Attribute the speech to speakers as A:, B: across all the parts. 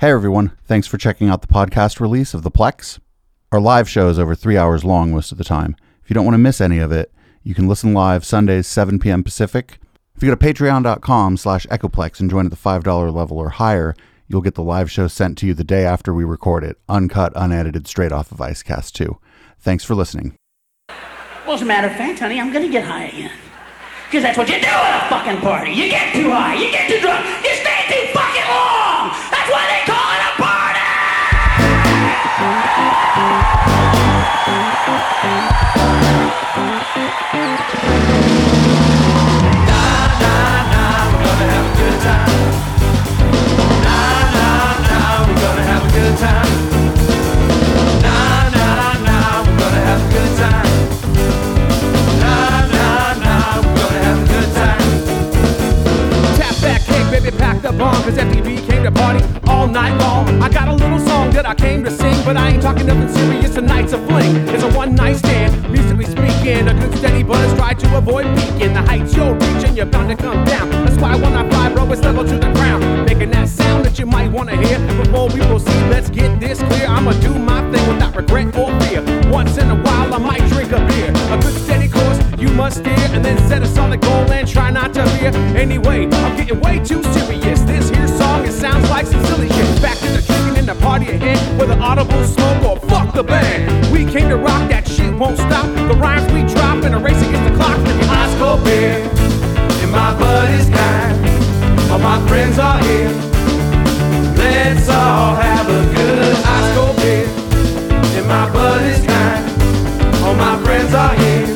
A: Hey everyone, thanks for checking out the podcast release of The Plex. Our live show is over three hours long most of the time. If you don't want to miss any of it, you can listen live Sundays, 7 p.m. Pacific. If you go to patreon.com slash echoplex and join at the $5 level or higher, you'll get the live show sent to you the day after we record it, uncut, unedited, straight off of Icecast 2. Thanks for listening.
B: Well, as a matter of fact, honey, I'm gonna get high again. Cause that's what you do at a fucking party. You get too high, you get too drunk, you stay too fucking long! That's why they call it a party!
C: Tap back, hey baby, pack the bomb, cause FTV came to party all night long. I got a little song that I came to sing, but I ain't talking nothing serious, tonight's a fling. It's a one night stand, musically speaking, a good steady buzz, try to avoid peaking. The heights you're reaching, you're bound to come down. That's why when I fly, bro, it's level to the ground. Making that sound that you might wanna hear. Before we proceed, let's get this clear. I'ma do my thing without regret or fear. Once in a while, I might drink a beer. A good steady course, you must steer, and then set a solid goal and try not to fear. Anyway, I'm getting way too serious. This here song, it sounds like some silly shit. Back to the drinking and the party ahead with an audible smoke or fuck the band. We came to rock, that shit won't stop. The rhymes we drop and a race against the clock. If your eyes go beer, and my bud is kind, all my friends are here. Let's all have a good eyes go beer, and my bud is kind, all my friends are here.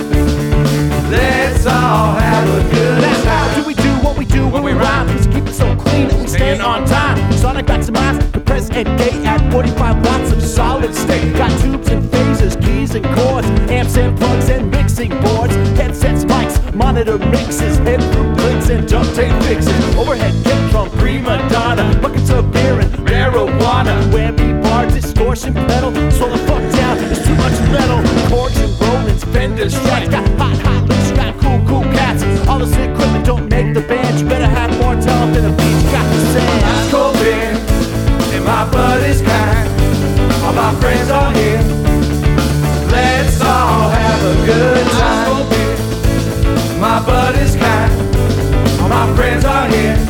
C: Let's all have a good That's how do we do what we do when we rhyme. Just keep it so clean that we stay on time. Sonic maximize, compress and gate at 45 watts of solid state. Got tubes and phasers, keys and chords, amps and plugs and mixing boards, headsets, mics, monitor mixes, head through blinks and duct tape fixes. Overhead kick from prima donna, buckets of beer and marijuana. Whammy bar, distortion pedal, slow the fuck down. There's too much metal, chords and rollings, fenders, strikes. Got hot, hot lips, got cool, cool cats. All this equipment don't make the band. You better have more talent than a beach got to sand. Ice cold beer, and my blood is kind. All my friends are here. Let's all have a good time. Ice cold beer, my blood is kind. All my friends are here.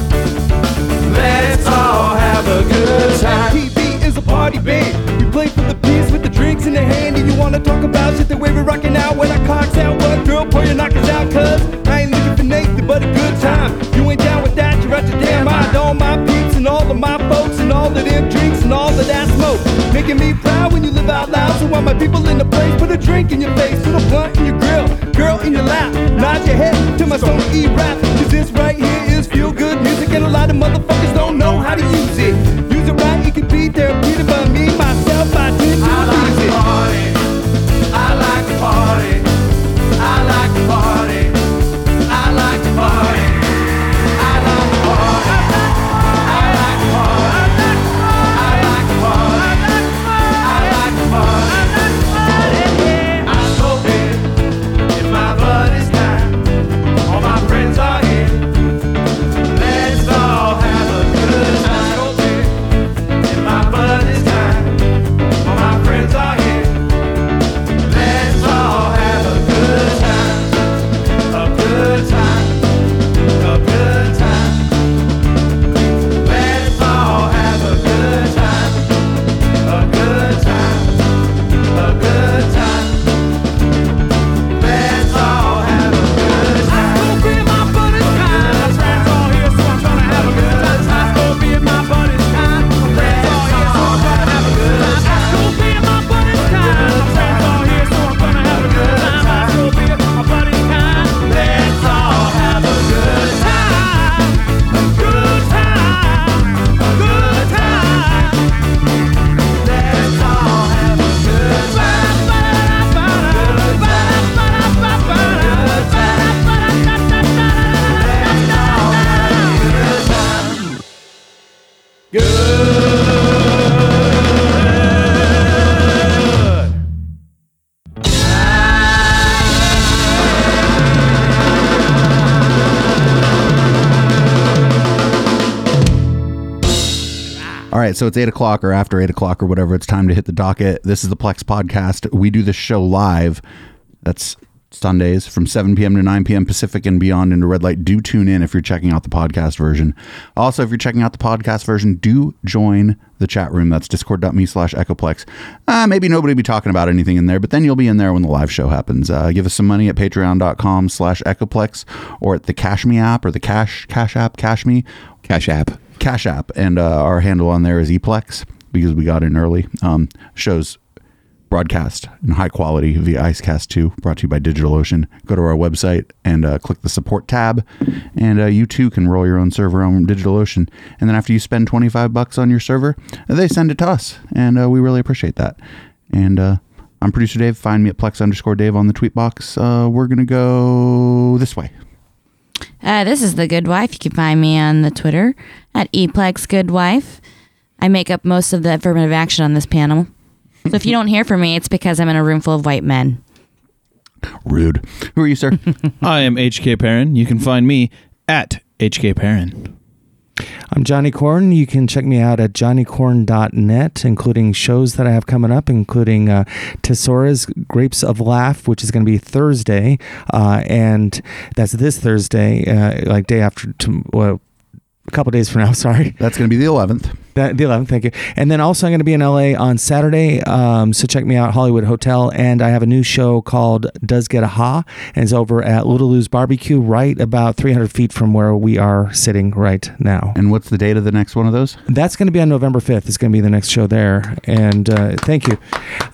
C: Let's all have a good time. PB is a party band. We play for the peace with the drinks in the hand. And you wanna talk about shit the way we're rocking out when I cocks out. What girl, pour your knockers out, cuz I ain't looking for nothing but a good time. You ain't down with that, you're out your damn mind. All my peeps and all of my folks and all of them drinks and all of that smoke. Making me proud when you live out loud. So while my people in the place put a drink in your face, put a blunt in your grill, girl in your lap. Nod your head to my song E rap. Cause this right here is feel good music and a lot of motherfuckers don't know how to use it. Use it right, it could be therapeutic by me, myself, I did to use it.
D: Let's all have a good time.
A: right, so it's eight o'clock or after eight o'clock or whatever. It's time to hit the docket. This is the Plex podcast. We do this show live. That's Sundays from 7 p.m. to 9 p.m. Pacific and beyond into red light. Do tune in if you're checking out the podcast version. Also, if you're checking out the podcast version, do join the chat room. That's discord.me slash echoplex. Uh, maybe nobody will be talking about anything in there, but then you'll be in there when the live show happens. Uh, give us some money at patreon.com slash echoplex or at the Cash Me app or the Cash, Cash app, Cash Me.
D: Cash App.
A: Cash App, and uh, our handle on there is Eplex because we got in early. Um, shows broadcast in high quality via Icecast 2, brought to you by DigitalOcean. Go to our website and uh, click the support tab, and uh, you too can roll your own server on DigitalOcean. And then after you spend 25 bucks on your server, they send it to us, and uh, we really appreciate that. And uh, I'm producer Dave. Find me at Plex underscore Dave on the tweet box. Uh, we're going to go this way.
E: Uh, this is The Good Wife. You can find me on the Twitter at Eplex Good Wife. I make up most of the affirmative action on this panel. So if you don't hear from me, it's because I'm in a room full of white men.
A: Rude. Who are you, sir?
F: I am HK Perrin. You can find me at HK Perrin.
G: I'm Johnny Corn. You can check me out at johnnycorn.net, including shows that I have coming up, including uh, Tesora's Grapes of Laugh, which is going to be Thursday, uh, and that's this Thursday, uh, like day after, to, well, a couple days from now. Sorry,
A: That's going to be the 11th.
G: that, the 11th. Thank you. And then also, I'm going to be in LA on Saturday, um, so check me out Hollywood Hotel. And I have a new show called Does Get a Ha, and it's over at Little Lou's Barbecue, right about 300 feet from where we are sitting right now.
A: And what's the date of the next one of those?
G: That's going to be on November 5th. It's going to be the next show there. And uh, thank you.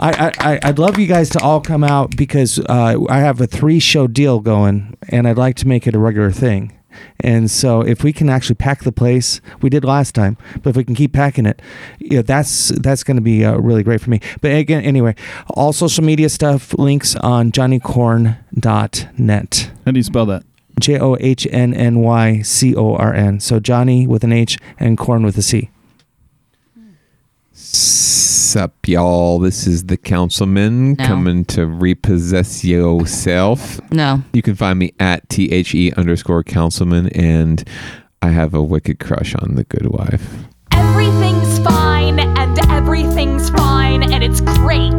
G: I, I, I- I'd love you guys to all come out because uh, I have a three show deal going and I'd like to make it a regular thing. And so if we can actually pack the place, we did last time, but if we can keep packing it, you know, that's that's going to be uh, really great for me. But again, anyway, all social media stuff, links on johnnycorn.net.
F: How do you spell that?
G: J O H N N Y C O R N. So Johnny with an H and corn with a C.
D: Sup, y'all. This is the councilman
E: No.
D: coming to repossess yourself.
E: No.
D: You can find me at T H E underscore councilman, and I have a wicked crush on the good wife.
H: Everything's fine, and everything's fine, and it's great.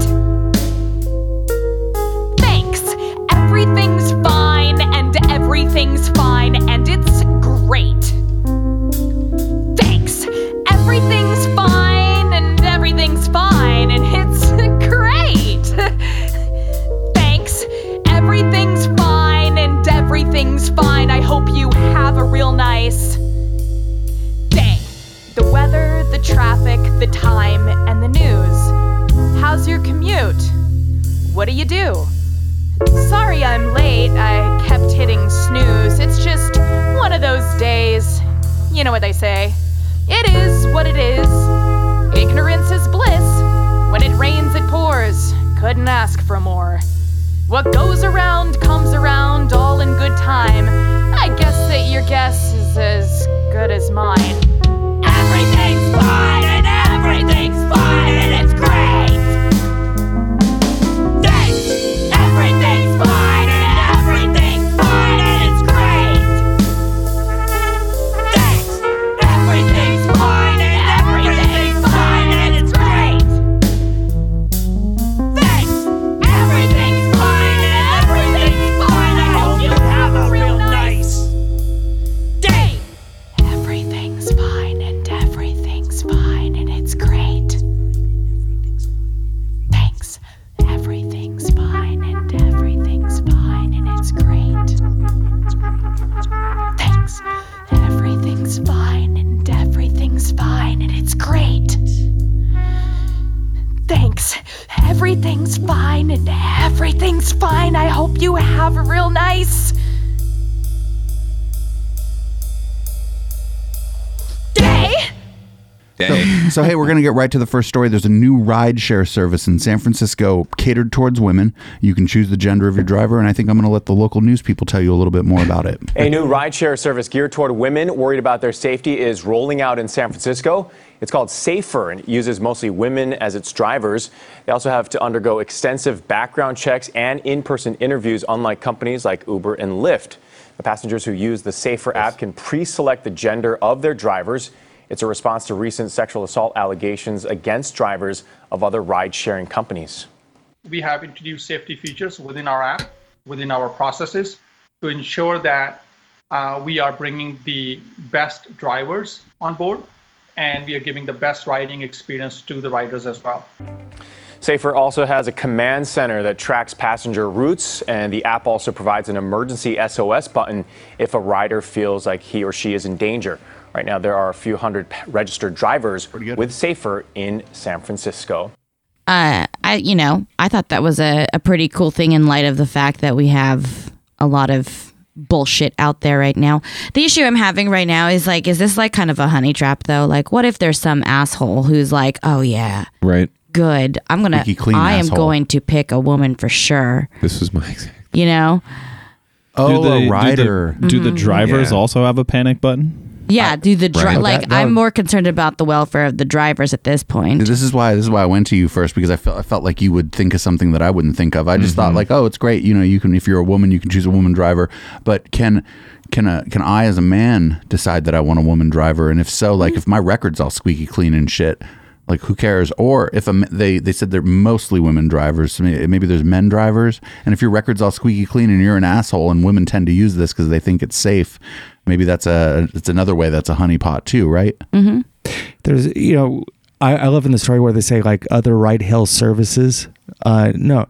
H: Thanks. Everything's fine, and everything's fine, and it's great. Thanks. Everything's fine, and everything's fine, and it's great. Thanks. Everything's fine, and everything's fine. I hope you have a real nice day. The weather, the traffic, the time, and the news. How's your commute? What do you do? Sorry I'm late, I kept hitting snooze. It's just one of those days. You know what they say. It is what it is. Ignorance is bliss. When it rains, it pours. Couldn't ask for more. What goes around comes around, all in good time. I guess that your guess is as good as mine.
B: Everything's fine and everything's fine and it's great. Thanks. Everything's fine and everything's fine and it's great. Thanks. Everything's fine and everything's fine and it's great. Thanks. Everything's fine and everything's fine. I hope you have a real nice day.
H: Everything's fine and everything's fine and it's great. Thanks. Everything's fine and everything's fine and it's great. Thanks. Everything's fine and everything's fine and it's great. Thanks. Everything's fine and everything's fine. I hope you have a real nice day.
D: Hey.
A: So hey, we're gonna get right to the first story. There's a new rideshare service in San Francisco catered towards women. You can choose the gender of your driver, and I think I'm gonna let the local news people tell you a little bit more about it.
I: A new rideshare service geared toward women worried about their safety is rolling out in San Francisco. It's called Safer and it uses mostly women as its drivers. They also have to undergo extensive background checks and in person interviews, unlike companies like Uber and Lyft. The passengers who use the Safer app can pre select the gender of their drivers It's a response to recent sexual assault allegations against drivers of other ride sharing companies.
J: we have introduced safety features within our app, within our processes, to ensure that uh, we are bringing the best drivers on board and we are giving the best riding experience to the riders as well.
I: Safer also has a command center that tracks passenger routes, and the app also provides an emergency SOS button if a rider feels like he or she is in danger. Right now, there are a few hundred p- registered drivers with Safer in San Francisco.
E: uh, I you know I thought that was a, a pretty cool thing in light of the fact that we have a lot of bullshit out there right now. The issue I'm having right now is like, is this like kind of a honey trap though? Like, what if there's some asshole who's like, oh yeah,
D: Right.
E: good, I'm gonna,
A: Squeaky clean
E: I am
A: asshole.
E: going to pick a woman for sure,
D: This was my exact.
E: you know?
A: Oh,
F: the-
A: a
F: the-
A: rider.
F: Do the,
G: Mm-hmm.
F: drivers
A: Yeah.
F: also have a panic button?
E: Yeah, do the dri-
A: Right.
E: like
A: That- that-
E: I'm more concerned about the welfare of the drivers at this point.
A: This is why this is why I went to you first because I felt I felt like you would think of something that I wouldn't think of. I just
E: Mm-hmm.
A: thought like, oh, it's great. You know, you can if you're a woman, you can choose a woman driver. But can can a can I as a man decide that I want a woman driver? And if so,
E: Mm-hmm.
A: like if my record's all squeaky clean and shit, like who cares? Or if a, m- they they said they're mostly women drivers, so may- maybe there's men drivers. And if your record's all squeaky clean and you're an asshole, and women tend to use this because they think it's safe. Maybe that's a it's another way that's a honeypot too, right?
E: Mm-hmm.
G: there's you know I, I love in the story where they say like other ride hail services. Uh, no,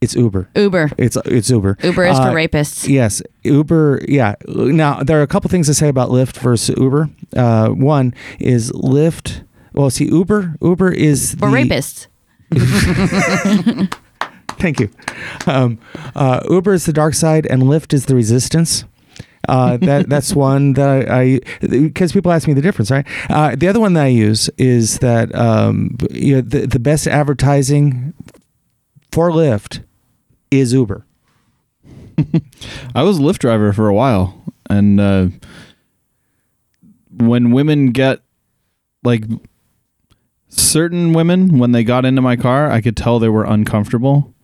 G: it's Uber.
E: Uber,
G: It's it's Uber.
E: Uber is
G: Uh,
E: for rapists.
G: Yes, Uber. Yeah. Now there are a couple things to say about Lyft versus Uber. Uh, one is Lyft. Well, see, Uber. Uber is
E: For
G: the-
E: rapists.
G: Thank you. Um, uh, Uber is the dark side, and Lyft is the resistance. Uh, that that's one that I because people ask me the difference, right? Uh, the other one that I use is that um, b- you know, the the best advertising for Lyft is Uber.
F: I was a Lyft driver for a while, and uh, when women get like certain women when they got into my car, I could tell they were uncomfortable.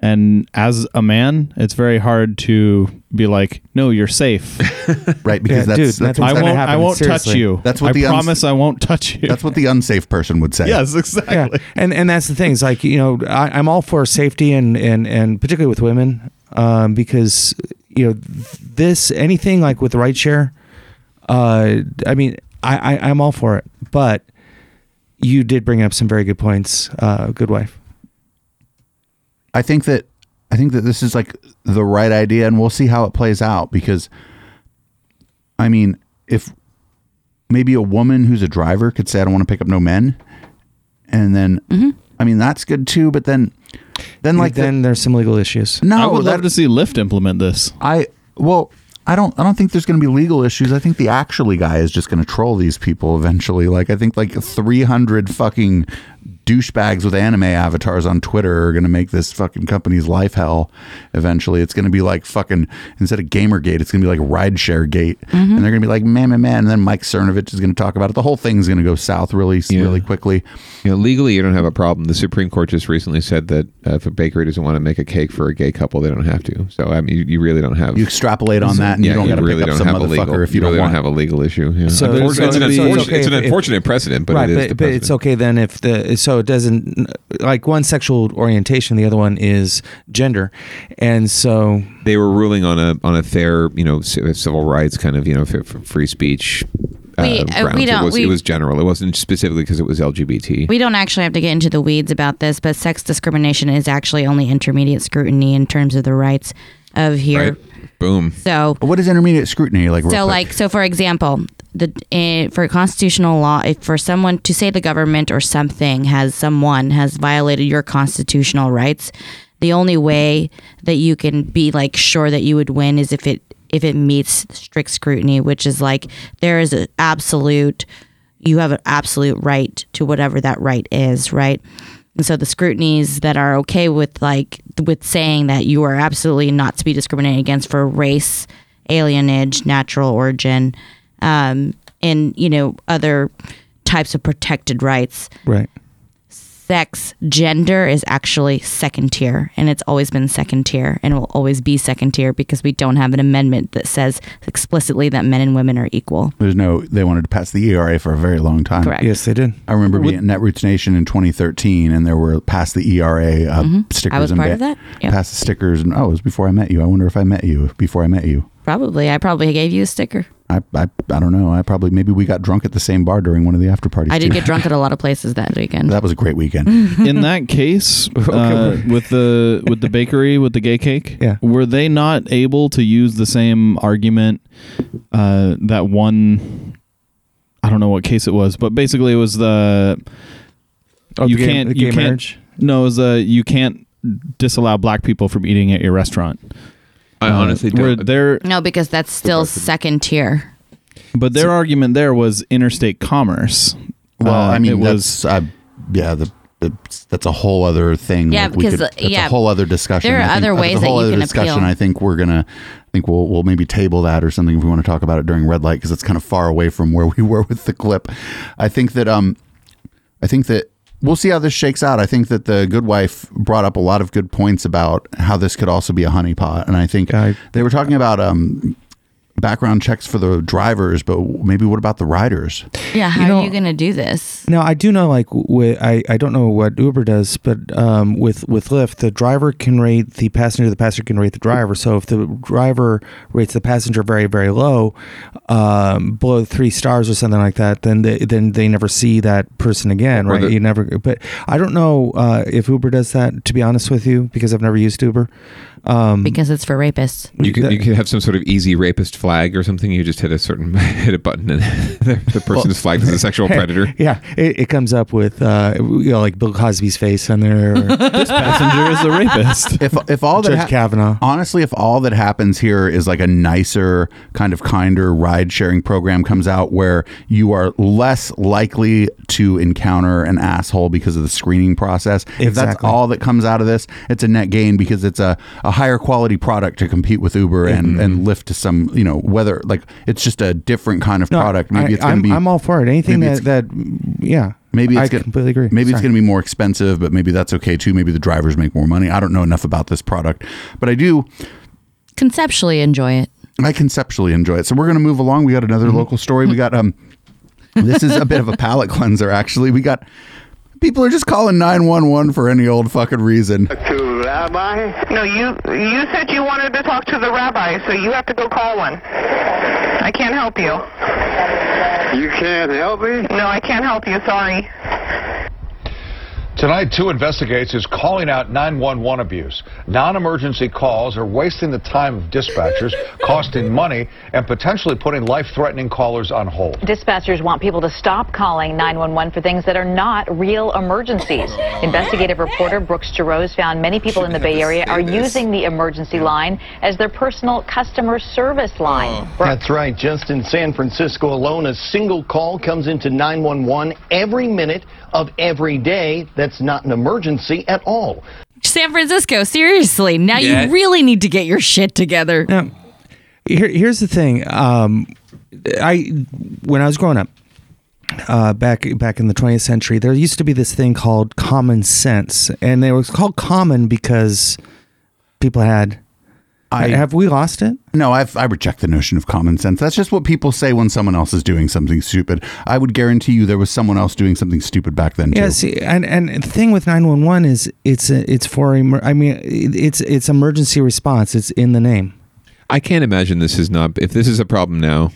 F: And as a man, it's very hard to be like, "No, you're safe.
A: Right? Because
G: Yeah,
A: that's,
G: dude,
A: that's
G: that's
A: what's
F: I
G: gonna
F: won't. I
G: happen,
F: won't touch
G: seriously.
F: you.
A: That's what
F: I
A: the uns-
F: promise. I won't touch you.
A: That's what the unsafe person would say.
F: yes, exactly.
G: Yeah, and and that's the things like you know I, I'm all for safety and and and particularly with women um, because you know this anything like with rideshare, uh, I mean I, I I'm all for it, but you did bring up some very good points, uh, good wife.
A: I think that I think that this is like the right idea, and we'll see how it plays out. Because, I mean, if maybe a woman who's a driver could say, "I don't want to pick up no men," and then I mean that's good too. But then, then like
G: then there's some legal issues.
A: the, no,
F: I would
A: that-
F: love to see Lyft implement this.
A: I well, I don't. I don't think there's going to be legal issues. I think the actually guy is just going to troll these people eventually. Like I think like 300 fucking douchebags with anime avatars on Twitter are going to make this fucking company's life hell. Eventually, it's going to be like fucking instead of Gamergate, it's going to be like Rideshare Gate,
E: Mm-hmm.
A: and they're going to be like man, man, man. And then Mike Cernovich is going to talk about it. The whole thing's going to go south really, really quickly.
D: You know, legally, you don't have a problem. The Supreme Court just recently said that uh, if a bakery doesn't want to make a cake for a gay couple, they don't have to. So, I mean, you, you really don't have.
A: You extrapolate on that, and you don't got to pick up some
D: a legal,
A: motherfucker if you,
D: really
A: don't want.
D: have a legal issue. yeah.
G: So
D: Unfortunately,
G: there's
D: it's, an
G: gonna be-
D: unfortunate,
G: it's okay
D: it's an
G: if- if-
D: unfortunate precedent, but
G: right,
D: it is
G: but,
D: the
G: but it's
D: precedent.
G: okay then if the so it doesn't like one sexual orientation, the other one is gender, and so
D: They were ruling on a on a fair, you know, ci- civil rights kind of, you know, f- f- free speech.
E: We- uh, we
D: grounds.
E: don't-
D: It was,
E: we-
D: it was general. It wasn't specifically because it was LGBT.
E: We don't actually have to get into the weeds about this, but sex discrimination is actually only intermediate scrutiny in terms of the rights of here.
D: right? Boom.
E: So,
A: But what is intermediate scrutiny like? real
E: so
A: quick?
E: like, so for example, the eh, for constitutional law, if for someone to say the government or something has someone has violated your constitutional rights, the only way that you can be like sure that you would win is if it if it meets strict scrutiny, which is like there is an absolute you have an absolute right to whatever that right is, right? And so the scrutinies that are okay with like with saying that you are absolutely not to be discriminated against for race, alienage, natural origin, um, and you know other types of protected rights
G: right.
E: sex, gender is actually second tier, and it's always been second tier and will always be second tier because we don't have an amendment that says explicitly that men and women are equal.
A: There's no, they wanted to pass the ERA for a very long time.
E: Correct.
G: Yes, they did.
A: I remember being at Netroots Nation in 2013, and there were past the ERA uh, stickers.
E: Mm-hmm. I was
A: and
E: part
A: ba-
E: of that. Yep.
A: Past the stickers, and oh, it was before I met you. I wonder if I met you before I met you.
E: Probably. I probably gave you a sticker.
A: I, I, I don't know. I probably maybe we got drunk at the same bar during one of the after parties.
E: I did
A: too.
E: get drunk at a lot of places that weekend.
A: That was a great weekend.
F: in that case uh, with the with the bakery with the gay cake
G: Yeah.
F: were they not able to use the same argument uh, that one i don't know what case it was but basically it was the
G: Oh,
F: you
G: the gay-
F: can't
G: the
F: you
G: gay
F: can't
G: marriage?
F: no it was the you can't disallow black people from eating at your restaurant
D: I
F: Uh,
D: honestly
F: were
D: don't.
F: their
E: no, because that's still second tier.
F: but their argument there was interstate commerce
A: well,
F: Uh,
A: I
F: it
A: mean,
F: was
A: that's uh, yeah, the, it's- that's a whole other thing.
E: Yeah,
A: we
E: because, uh,
A: that's
E: yeah,
A: a whole other discussion.
E: there are
A: I think,
E: other
A: that's a
E: ways that
A: whole
E: you
A: other
E: can
A: discussion.
E: appeal.
A: I think we're gonna. I think we'll we'll maybe table that or something if we want to talk about it during red light because it's kind of far away from where we were with the clip. I think that um, I think that we'll see how this shakes out. I think that the good wife brought up a lot of good points about how this could also be a honeypot, and I think
G: I-
A: they were talking about um. Background checks for the drivers, but maybe what about the riders?
E: Yeah, how
G: know-
E: are you going to do this?
G: Now I do know, like, wi- I I don't know what Uber does, but um, with with Lyft, the driver can rate the passenger, the passenger can rate the driver. So if the driver rates the passenger very very low, um, below three stars or something like that, then they, then they never see that person again,
D: Or
G: right?
D: the-
G: you never. But I don't know uh, if Uber does that. To be honest with you, because I've never used Uber. Um,
E: Because it's for rapists.
D: You could,
G: that-
D: you could have some sort of easy rapist flag or something. You just hit a certain hit a button and the, the person's flagged as a sexual predator.
G: yeah, it, it comes up with uh, you know like Bill Cosby's face on there, or
F: this passenger is a rapist
A: If if all that
G: Judge
A: hap-
G: Kavanaugh.
A: honestly, if all that happens here is like a nicer, kind of kinder ride sharing program comes out where you are less likely to encounter an asshole because of the screening process, if that's
G: Exactly.
A: all that comes out of this, it's a net gain because it's a, a higher quality product to compete with Uber
G: Mm-hmm.
A: and, and Lyft to some, you know, whether like it's just a different kind of
G: No,
A: product. Maybe
G: I,
A: it's going
G: I'm,
A: to be.
G: I'm all for it. Anything
A: maybe
G: that that yeah.
A: Maybe it's
G: I
A: gonna-
G: completely agree.
A: Maybe it's going to be more expensive, but maybe that's okay too. Maybe the drivers make more money. I don't know enough about this product, but I do.
E: Conceptually enjoy it. Mm-hmm.
A: I conceptually enjoy it. So we're going to move along. We got another local story. We got um this is a bit of a palate cleanser actually. We got people are just calling 911 for any old fucking reason.
K: To rabbi?
L: No, you you said you wanted to talk to the rabbi, so you have to go call one. I can't help you.
K: You can't help me?
L: No, I can't help you. Sorry.
M: Tonight, Two Investigates is calling out 911 abuse. Non emergency calls are wasting the time of dispatchers, costing money, and potentially putting life threatening callers on hold.
L: Dispatchers want people to stop calling 911 for things that are not real emergencies. Investigative reporter Brooks Jarose found many people in the Bay Area are using the emergency line as their personal customer service line.
K: That's right. Just in San Francisco alone, a single call comes into 911 every minute of every day. That's not an emergency at all.
E: San Francisco, seriously. Now
D: Yeah.
E: you really need to get your shit together.
G: Here, here's the thing. Um, I when I was growing up, uh, back back in the 20th century, there used to be this thing called common sense, and it was called common because people had.
A: I-
G: have we lost it?
A: No, I've, I reject the notion of common sense. That's just what people say when someone else is doing something stupid. I would guarantee you there was someone else doing something stupid back then too.
G: Yeah, see, and and the thing with nine one one is it's a, it's for emer- I mean it- it's it's emergency response. It's in the name.
D: I can't imagine this is not. If this is a problem now,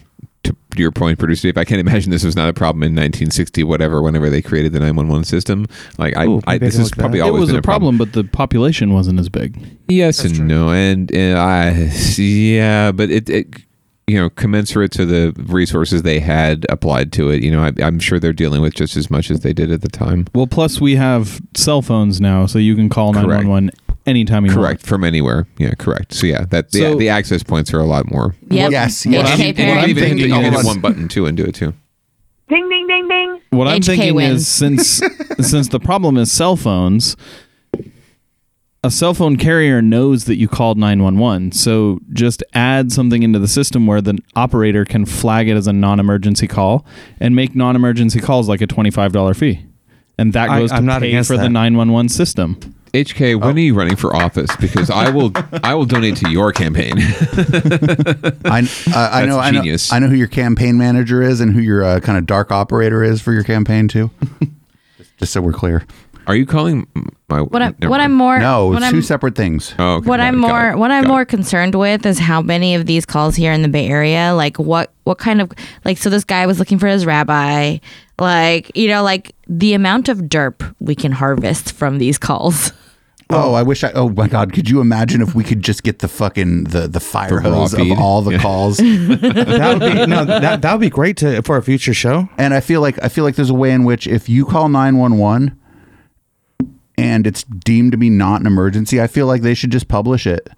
D: to your point, producer Dave, I can't imagine this was not a problem in 1960, whatever, whenever they created the 911 system. Like, I,
G: Ooh,
D: I
G: maybe I
D: this
G: can
D: has
G: look that
D: probably
G: up.
F: it
D: always
F: was
D: been
F: a problem but the population wasn't as big
D: Yes and no, and, and I yeah, but it, it you know commensurate to the resources they had applied to it. You know, I, I'm sure they're dealing with just as much as they did at the time.
F: Well, plus we have cell phones now, so you can call
D: Correct.
F: 911 anytime you
D: Correct from anywhere. Yeah, correct. So yeah, that the,
F: So-
D: the access points are a lot more.
E: Yep.
A: Yes,
E: HK
A: yes.
D: And you- and you
E: parent.
D: can even
A: thinking
D: you can
A: is-
D: hit one button too and do it too.
L: Ding ding ding ding.
F: want. What I'm
E: HK
F: thinking
E: wins.
F: is since since the problem is cell phones, a cell phone carrier knows that you called 911. So just add something into the system where the operator can flag it as a non-emergency call and make non-emergency calls like a $25 fee. and that
D: I-
F: goes
D: I'm
F: to
D: not
F: pay
D: against
F: for the
D: that.
F: 911 system.
D: HK, when are you running for office? Because I will, I will donate to your campaign.
A: I, I, I know, I know,
D: genius.
A: I know who your campaign manager is and who your uh, kind of dark operator is for your campaign too. Just so we're clear.
D: Are you calling my?
E: What I'm- never what mind. I'm more-
A: no,
E: what
A: two
E: I'm-
A: separate things.
D: Oh,
E: what I'm more what I'm more concerned with is how many of these calls here in the Bay Area, like what what kind of like so this guy was looking for his rabbi, like you know, like the amount of derp we can harvest from these calls.
A: Oh, I wish I. Oh my God, could you imagine if we could just get the fucking the the fire
G: The raw
A: hose of
G: feed.
A: all the calls?
G: that would be no, that that would be great to for a future show.
A: And I feel like I feel like there's a way in which if you call 911 and it's deemed to be not an emergency, I feel like they should just publish it.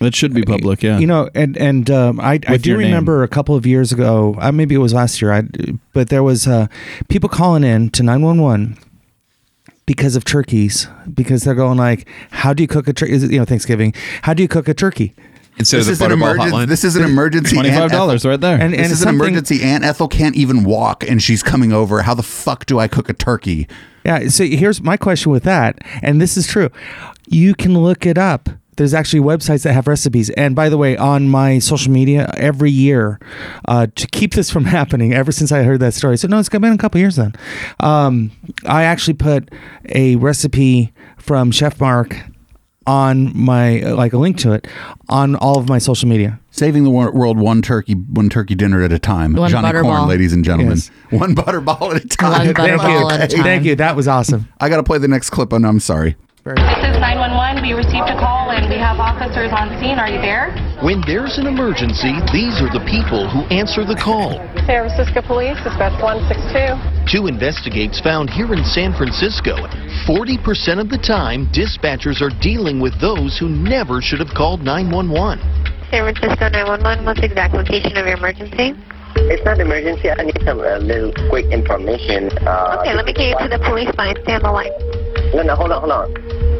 F: That should be public, yeah.
G: You know, and and um, I I
A: With
G: do
A: your name.
G: remember a couple of years ago, uh, maybe it was last year. I but there was uh, people calling in to nine one one because of turkeys because they're going like, how do you cook a turkey? Is it you know Thanksgiving? How do you cook a turkey?
D: Instead
A: this is an emergency. This is an emergency. Aunt Ethel.
G: And, and
A: this is an
G: something-
A: emergency. Aunt Ethel can't even walk, and she's coming over. How the fuck do I cook a turkey?
G: Yeah. Uh, So here's my question with that, and this is true. You can look it up. There's actually websites that have recipes. And by the way, on my social media every year, uh, to keep this from happening, ever since I heard that story, so no, it's been a couple years then. Um, I actually put a recipe from Chef Mark on my uh, like a link to it on all of my social media.
A: Saving the wor- world one turkey one turkey dinner at a time.
G: One
A: Johnny
G: butter
A: Corn,
G: ball.
A: ladies and gentlemen.
G: Yes.
A: One butterball at a time.
G: One butterball at a time. Thank you. That was awesome.
A: I got to play the next clip, and I'm sorry.
N: This is 911. We received a call and we have officers on scene. Are you there?
K: When there's an emergency, these are the people who answer the call.
N: San Francisco Police, dispatch 162.
K: Two investigates found here in San Francisco, 40% of the time, dispatchers are dealing with those who never should have called 911.
O: San Francisco 911, what's the exact location of your emergency?
P: It's not an emergency. I need some uh, little quick information. Uh,
O: Okay, let me get you to the police line. Stand by. line.
P: No, no, hold on, hold on.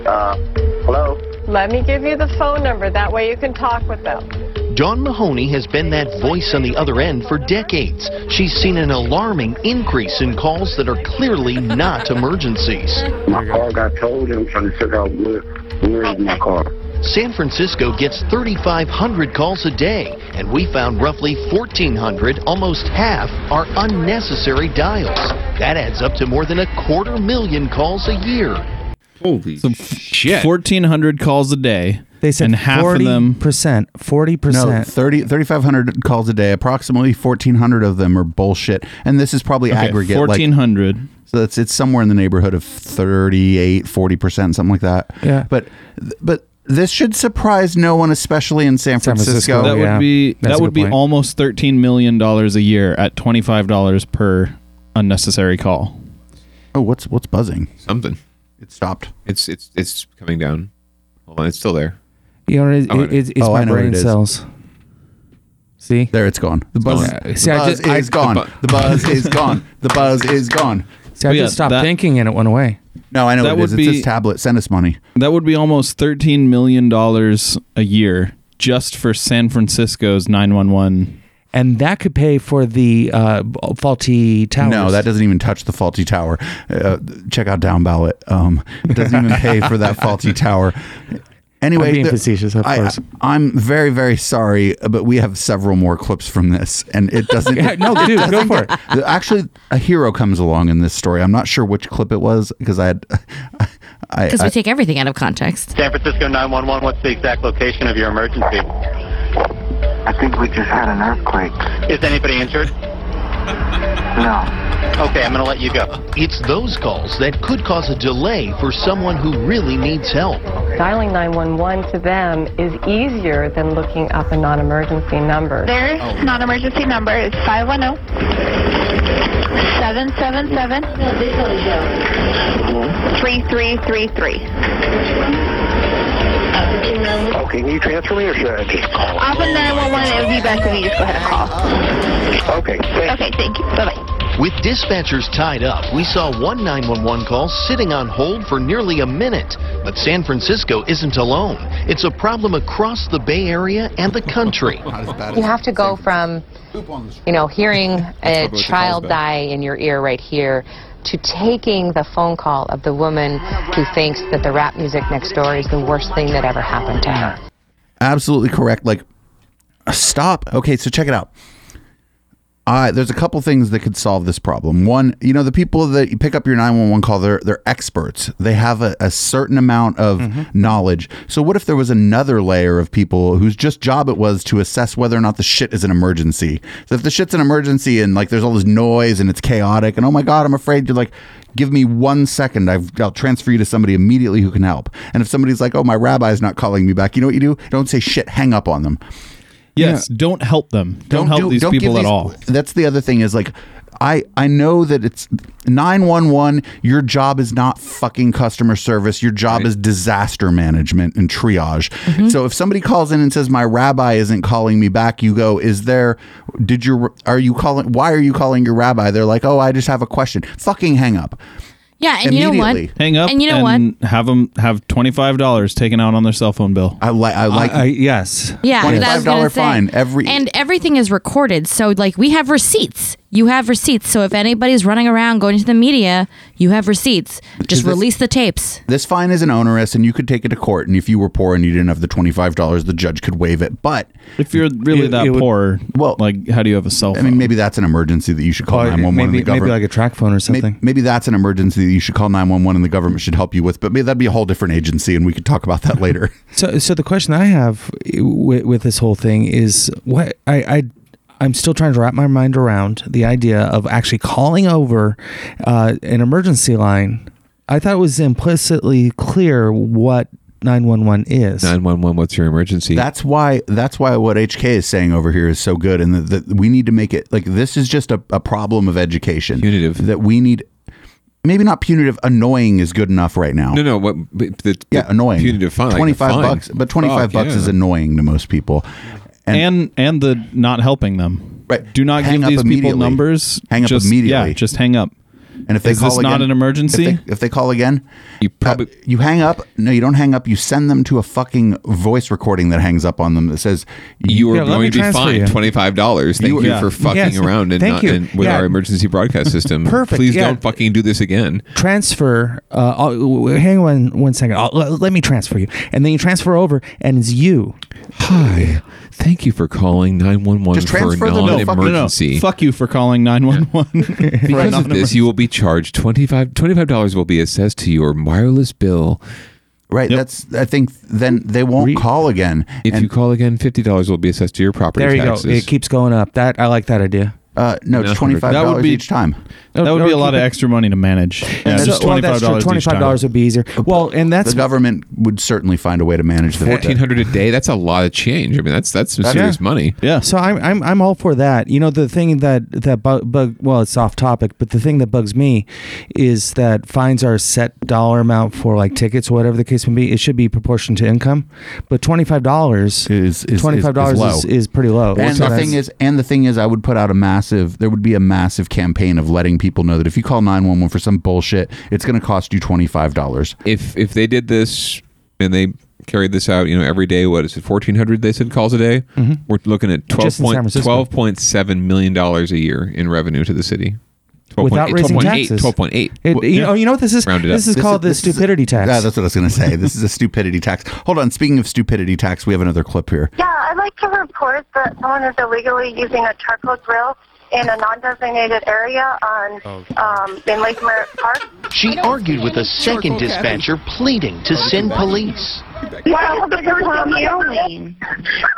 P: Uh, hello?
N: Let me give you the phone number. That way you can talk with them.
K: Dawn Mahoney has been that voice on the other end for decades. She's seen an alarming increase in calls that are clearly not emergencies.
P: My car got towed and I'm trying to figure out where, where is my car.
K: San Francisco gets 3,500 calls a day, and we found roughly 1,400, almost half, are unnecessary dials. That adds up to more than a quarter million calls a year.
D: Holy shit.
F: 1,400 calls a day.
G: They said
F: and half of them.
G: percent, forty
A: No,
G: percent.
A: 30, 3,500 calls a day. Approximately 1,400 of them are bullshit. And this is probably
F: Okay,
A: aggregate. like-
F: 1,400.
A: so it's, it's somewhere in the neighborhood of 38, 40%, something like that.
G: Yeah.
A: But, but this should surprise no one, especially in San Francisco.
F: that would be that would be almost thirteen million dollars a year at twenty five dollars per unnecessary call.
A: Oh, what's what's buzzing?
D: Something.
A: It stopped.
D: It's it's it's coming down. Hold on, it's still there.
G: You know, it,
D: Oh,
G: it, it's, it's
A: Oh, I
G: my
A: know what
G: brain
A: it is.
G: cells. See,
A: there it's gone. The buzz,
G: gone.
A: the
G: See, I
A: buzz
G: just- I-
A: is gone. The buzz is gone. The buzz is gone.
G: See, I But just yeah, stopped that- thinking and it went away.
A: No, I know
F: Oh, That
A: what it is.
F: would
A: it's
F: be-
A: this tablet. Send us money.
F: That would be almost thirteen million dollars a year just for San Francisco's nine one one.
G: And that could pay for the uh, b- faulty towers.
A: No, that doesn't even touch the faulty tower. Uh, check out down ballot. Um, it doesn't even pay for that faulty tower. Anyway,
G: I'm being
A: the-
G: facetious, of
A: I-
G: course.
A: I, am very, very sorry, but we have several more clips from this, and it doesn't.
G: Yeah, no, dude, go for it.
A: doesn't- Actually, a hero comes along in this story. I'm not sure which clip it was because I had. I,
E: Because
A: I-
E: we take everything out of context.
Q: San Francisco 911, what's the exact location of your emergency?
P: I think we just had an earthquake.
Q: Is anybody injured?
P: No.
K: Okay, I'm going to let you go. It's those calls that could cause a delay for someone who really needs help.
R: Dialing 911 to them is easier than looking up a non-emergency number.
O: Their
Q: Oh.
O: non-emergency number is 510 777 3333.
P: Okay, can you transfer me or should I just call?
O: I'll put 911 and it would be best if you just go ahead and call.
P: Okay.
O: Okay, thank you. Bye-bye.
K: With dispatchers tied up, we saw one 911 call sitting on hold for nearly a minute. But San Francisco isn't alone. It's a problem across the Bay Area and the country.
S: You have to go from, you know, hearing a
K: That's probably what the call's
S: child
K: about.
S: die in your ear right here
R: to taking the phone call of the woman who thinks that the rap music next door is the worst thing that ever happened to her.
A: absolutely correct. Like, stop. Okay, so check it out. I there's a couple things that could solve this problem. One, you know, the people that you pick up your 911 call, they're they're experts. They have a, a certain amount of knowledge. So what if there was another layer of people whose just job it was to assess whether or not the shit is an emergency? So if the shit's an emergency and like there's all this noise and it's chaotic and oh my god, I'm afraid you're like give me one second. I've, I'll transfer you to somebody immediately who can help. And if somebody's like, oh, my rabbi's not calling me back, you know what you do? Don't say shit. Hang up on them.
F: Yes, don't help them. Don't, help
A: do-
F: these
A: don't give
F: people at
A: these-
F: all.
A: That's the other thing is like, I, I know that it's 911. Your job is not fucking customer service. Your job is disaster management and triage.
F: Mm-hmm.
A: So if somebody calls in and says, My rabbi isn't calling me back, you go, Is there, did your, are you calling, why are you calling your rabbi? They're like, Oh, I just have a question. Fucking hang up.
E: Yeah, and you know what?
F: Hang up
E: And you know what?
F: have them have twenty five dollars taken out on their cell phone bill.
A: I like. I like.
F: yes.
E: Yeah,
F: Twenty
E: that
F: five
E: was gonna
F: dollar
E: say.
F: fine
A: every.
E: and everything is recorded. So like we have receipts. You have receipts. So if anybody's running around going to the media, you have receipts. Just
A: this-
E: release the tapes.
A: This fine isn't onerous, and you could take it to court. And if you were poor and you didn't have the twenty five dollars, the judge could waive it. But
F: if you're really that poor,
A: well,
F: like how do you have a cell phone?
A: I mean, maybe that's an emergency that you should call
F: Or
A: nine one one.
F: maybe- maybe like
G: a track phone or something.
A: Maybe, that's an emergency that you should call nine one one, and the government should help you with. But maybe that'd be a whole different agency, and we could talk about that later.
G: So, so the question I have with, with this whole thing is what I, I I'm still trying to wrap my mind around the idea of actually calling over uh, an emergency line. I thought it was implicitly clear what 911 is.
D: 911, what's your emergency?
A: That's why. That's why what HK is saying over here is so good, and that that we need to make it like this is just a, a problem of education. Punitive. That we need. Maybe not punitive. Annoying is good enough right now.
D: no, no. What? The, the
A: yeah, annoying.
D: Punitive fine. like a
A: Twenty five
D: fine.
A: bucks, but twenty five
D: Fuck,
A: bucks
D: yeah.
A: is annoying to most people.
F: and and the not helping them.
A: Right.
F: Do not
A: Hang
F: give
A: up
F: these people
A: immediately.
F: numbers.
A: Hang up
F: Just-
A: immediately.
F: Yeah, just hang up.
A: And if they
F: Is
A: call
F: this
A: again,
F: not an emergency?
A: If they, if they call again, uh,
D: you probably
A: you hang up. No, you don't hang up. You send them to a fucking voice recording that hangs up on them that says
D: You are going to be fined twenty five dollars. Thank
A: You-
D: you,
A: yeah.
D: for fucking
A: Yes,
D: around and,
A: thank
D: not,
A: you.
D: and with
A: Yeah.
D: our emergency broadcast system.
G: Perfect,
D: Please
G: yeah.
D: don't fucking do this again.
G: transfer. Uh, I'll, hang on one second. I'll, let, let me transfer you, and then you transfer over, and it's you.
D: Hi. Thank you for calling nine one one for a non emergency.
F: Fuck you for calling nine one one.
D: Because of this, you will be charged 25 dollars will be assessed to your wireless bill.
A: Right. That's. I think then they won't call again.
D: If you call again, fifty dollars will be assessed to your property
G: There you
D: taxes.
G: go. It keeps going up. That I like that idea.
A: Uh, no, it's
D: No.
A: twenty five
D: That
A: dollars
D: would be-
A: each time.
F: that would
G: or
F: be
G: keep
F: a lot of
G: it-
F: extra money to manage. Yeah,
G: So-
F: just
G: well,
F: twenty
G: that's
F: five
G: true.
F: dollars. Twenty five
G: $25 would be easier. Well, and that's
A: The government would certainly find a way to manage the
D: Fourteen hundred a day. That's a lot of change. I mean, that's that's some
G: That-
D: serious
G: yeah.
D: money.
F: Yeah.
G: So I'm I'm I'm all for that. You know, the thing that that bug, bug well, it's off topic, but the thing that bugs me is that fines are a set dollar amount for like tickets or whatever the case may be. It should be proportioned to income, but twenty five dollars
A: is, is-
G: twenty five dollars
A: low.
G: is, is pretty low.
A: And
G: So
A: the
G: that's-
A: thing is, and the thing is, I would put out a massive. There would be a massive campaign of letting people know that if you call nine one one for some bullshit, it's going to cost you twenty five dollars.
D: If if they did this and they carried this out, you know, every day, what is it, fourteen hundred? They said calls a day. We're looking at twelve
G: Mm-hmm. Just in San
D: point
G: Francisco.
D: twelve point seven million dollars a year in revenue to the city. 12.8
G: Without raising
D: 12.8,
G: taxes.
D: 12.8.
G: It- you know- you know what this is?
D: Rounded
G: This
D: up.
G: is called the stupidity tax.
A: Yeah, that's what I was going to say. This is a stupidity tax. Hold on. Speaking of stupidity tax, we have another clip here.
O: Yeah, I'd like to report that someone is illegally using a charcoal grill in a non-designated area on um, in Lake Merritt Park.
K: She argued with a second dispatcher pleading to send police.
O: Wow, the person yelling.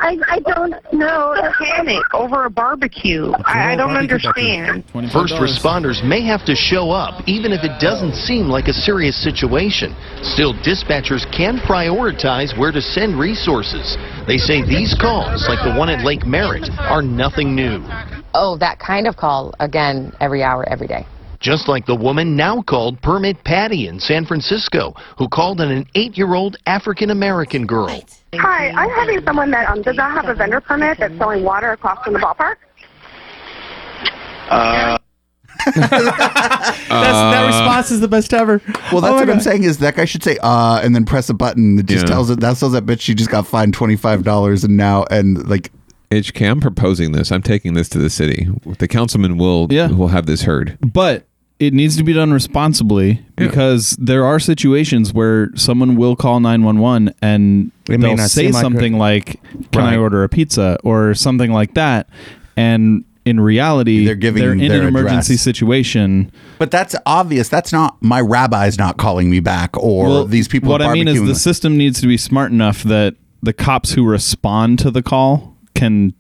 O: I, I don't know. Panic over a barbecue. I, I don't understand.
K: First responders may have to show up even if it doesn't seem like a serious situation. Still, dispatchers can prioritize where to send resources. They say these calls, like the one at Lake Merritt, are nothing new.
R: Oh, that kind of call again every hour, every day.
K: Just like the woman now called Permit Patty in San Francisco, who called on an eight year old African American girl.
O: Hi, I'm having someone that um, does not have a vendor permit that's selling water across from the ballpark.
Q: Uh,
D: Uh,
G: That's, that response is the best ever.
A: Well,
G: Oh
A: that's
G: my
A: what I'm
G: God.
A: saying is that guy should say uh, and then press a button that just
D: Yeah.
A: tells it that tells that bitch she just got fined twenty five dollars and now and like
D: HK, I'm proposing this. I'm taking this to the city. The councilman will will have this heard.
F: But it needs to be done responsibly because there are situations where someone will call 911 and
G: may
F: they'll
G: not
F: say
G: seem like
F: something
G: it.
F: like, Can I
G: Right.
F: order a pizza? or something like that. And in reality, they're,
A: giving
F: in
A: their
F: an emergency
A: address.
F: situation.
A: But that's obvious. That's not my rabbi's not calling me back or
F: Well,
A: these people.
F: What
A: are
F: I mean is
A: barbecuing
F: the
A: with-
F: system needs to be smart enough that the cops who respond to the call can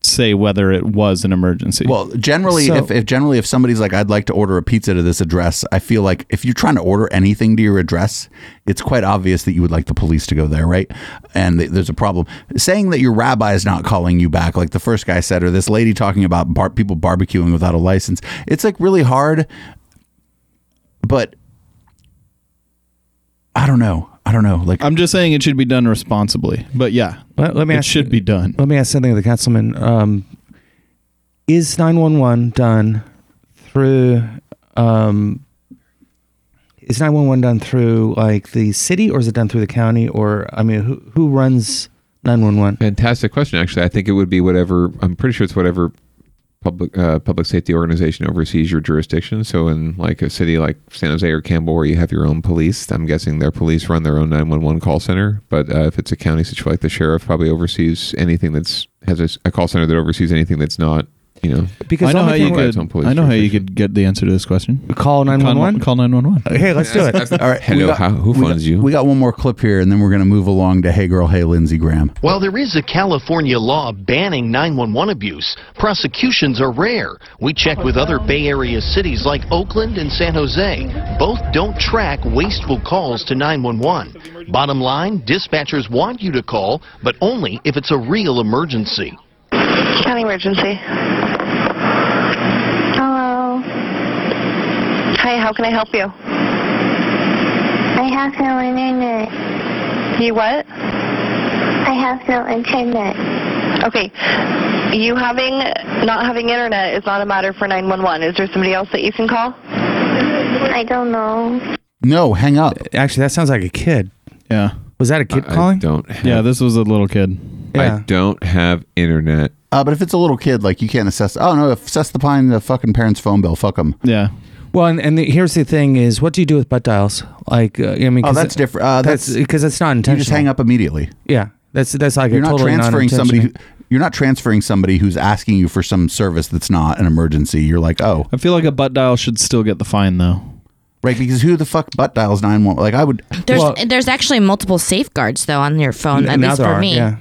F: say whether it was an emergency.
A: Well, generally,
F: So-
A: if, if generally if somebody's like, I'd like to order a pizza to this address, I feel like if you're trying to order anything to your address, it's quite obvious that you would like the police to go there, right? And th- there's a problem saying that your rabbi is not calling you back, like the first guy said, or this lady talking about bar- people barbecuing without a license. It's like really hard, but I don't know. I don't know. Like
F: I'm just saying it should be done responsibly. But yeah,
G: let, me
F: it
G: ask
F: should be done.
G: Let me ask something of the councilman. Um, is 911 done through? Um, is 911 done through like the city, or is it done through the county? Or I mean, who who runs 911?
D: Fantastic question. Actually, I think it would be whatever. I'm pretty sure it's whatever public uh, public safety organization oversees your jurisdiction. So in like a city like San Jose or Campbell, where you have your own police, I'm guessing their police run their own 911 call center. But uh, if it's a county situation, like the sheriff probably oversees anything that's has a, s- a call center that oversees anything that's not you know
F: I know how you
D: by its own
F: could.
D: police
F: I know how you could get the answer to this question.
G: Call 911?
F: Call 911.
G: Hey, let's do it.
A: All right.
D: Hello, how- who
A: funds you? We got one more clip here, and then we're going to move along to Hey Girl, Hey Lindsey Graham.
K: While there is a California law banning 911 abuse, prosecutions are rare. We checked with other Bay Area cities like Oakland and San Jose. Both don't track wasteful calls to 911. Bottom line, dispatchers want you to call, but only if it's a real emergency.
O: County emergency. Hello. Hi, how can I help you? I have no internet. You what? I have no internet. Okay. You having not having internet is not a matter for 911. Is there somebody else that you can call? I don't know.
A: No, hang up.
G: Actually, that sounds like a kid.
F: Yeah.
G: Was that a kid
D: I
G: calling?
D: don't. Have,
F: Yeah, this was a little kid.
D: I don't have internet.
A: Uh, but if it's a little kid, like you can't assess. Oh no, assess the pine the fucking parents' phone bill. Fuck them.
F: Yeah.
G: Well, and, and the, here's the thing: is what do you do with butt dials? Like, uh, I mean,
A: Oh,
G: 'cause
A: that's
G: it-
A: different. Uh,
G: that's because it's not intentional.
A: You just hang up immediately.
G: Yeah, that's that's like
A: you're
G: a
A: not
G: totally
A: transferring somebody. Who,
G: non-intentional-
A: you're not transferring somebody who's asking you for some service that's not an emergency. You're like, oh,
F: I feel like a butt dial should still get the fine though.
A: right, because who the fuck butt dials nine one? Like I would.
E: There's there's actually multiple safeguards though on your phone,
A: N-
E: at
A: now
E: least for
A: there are,
E: me.
A: yeah.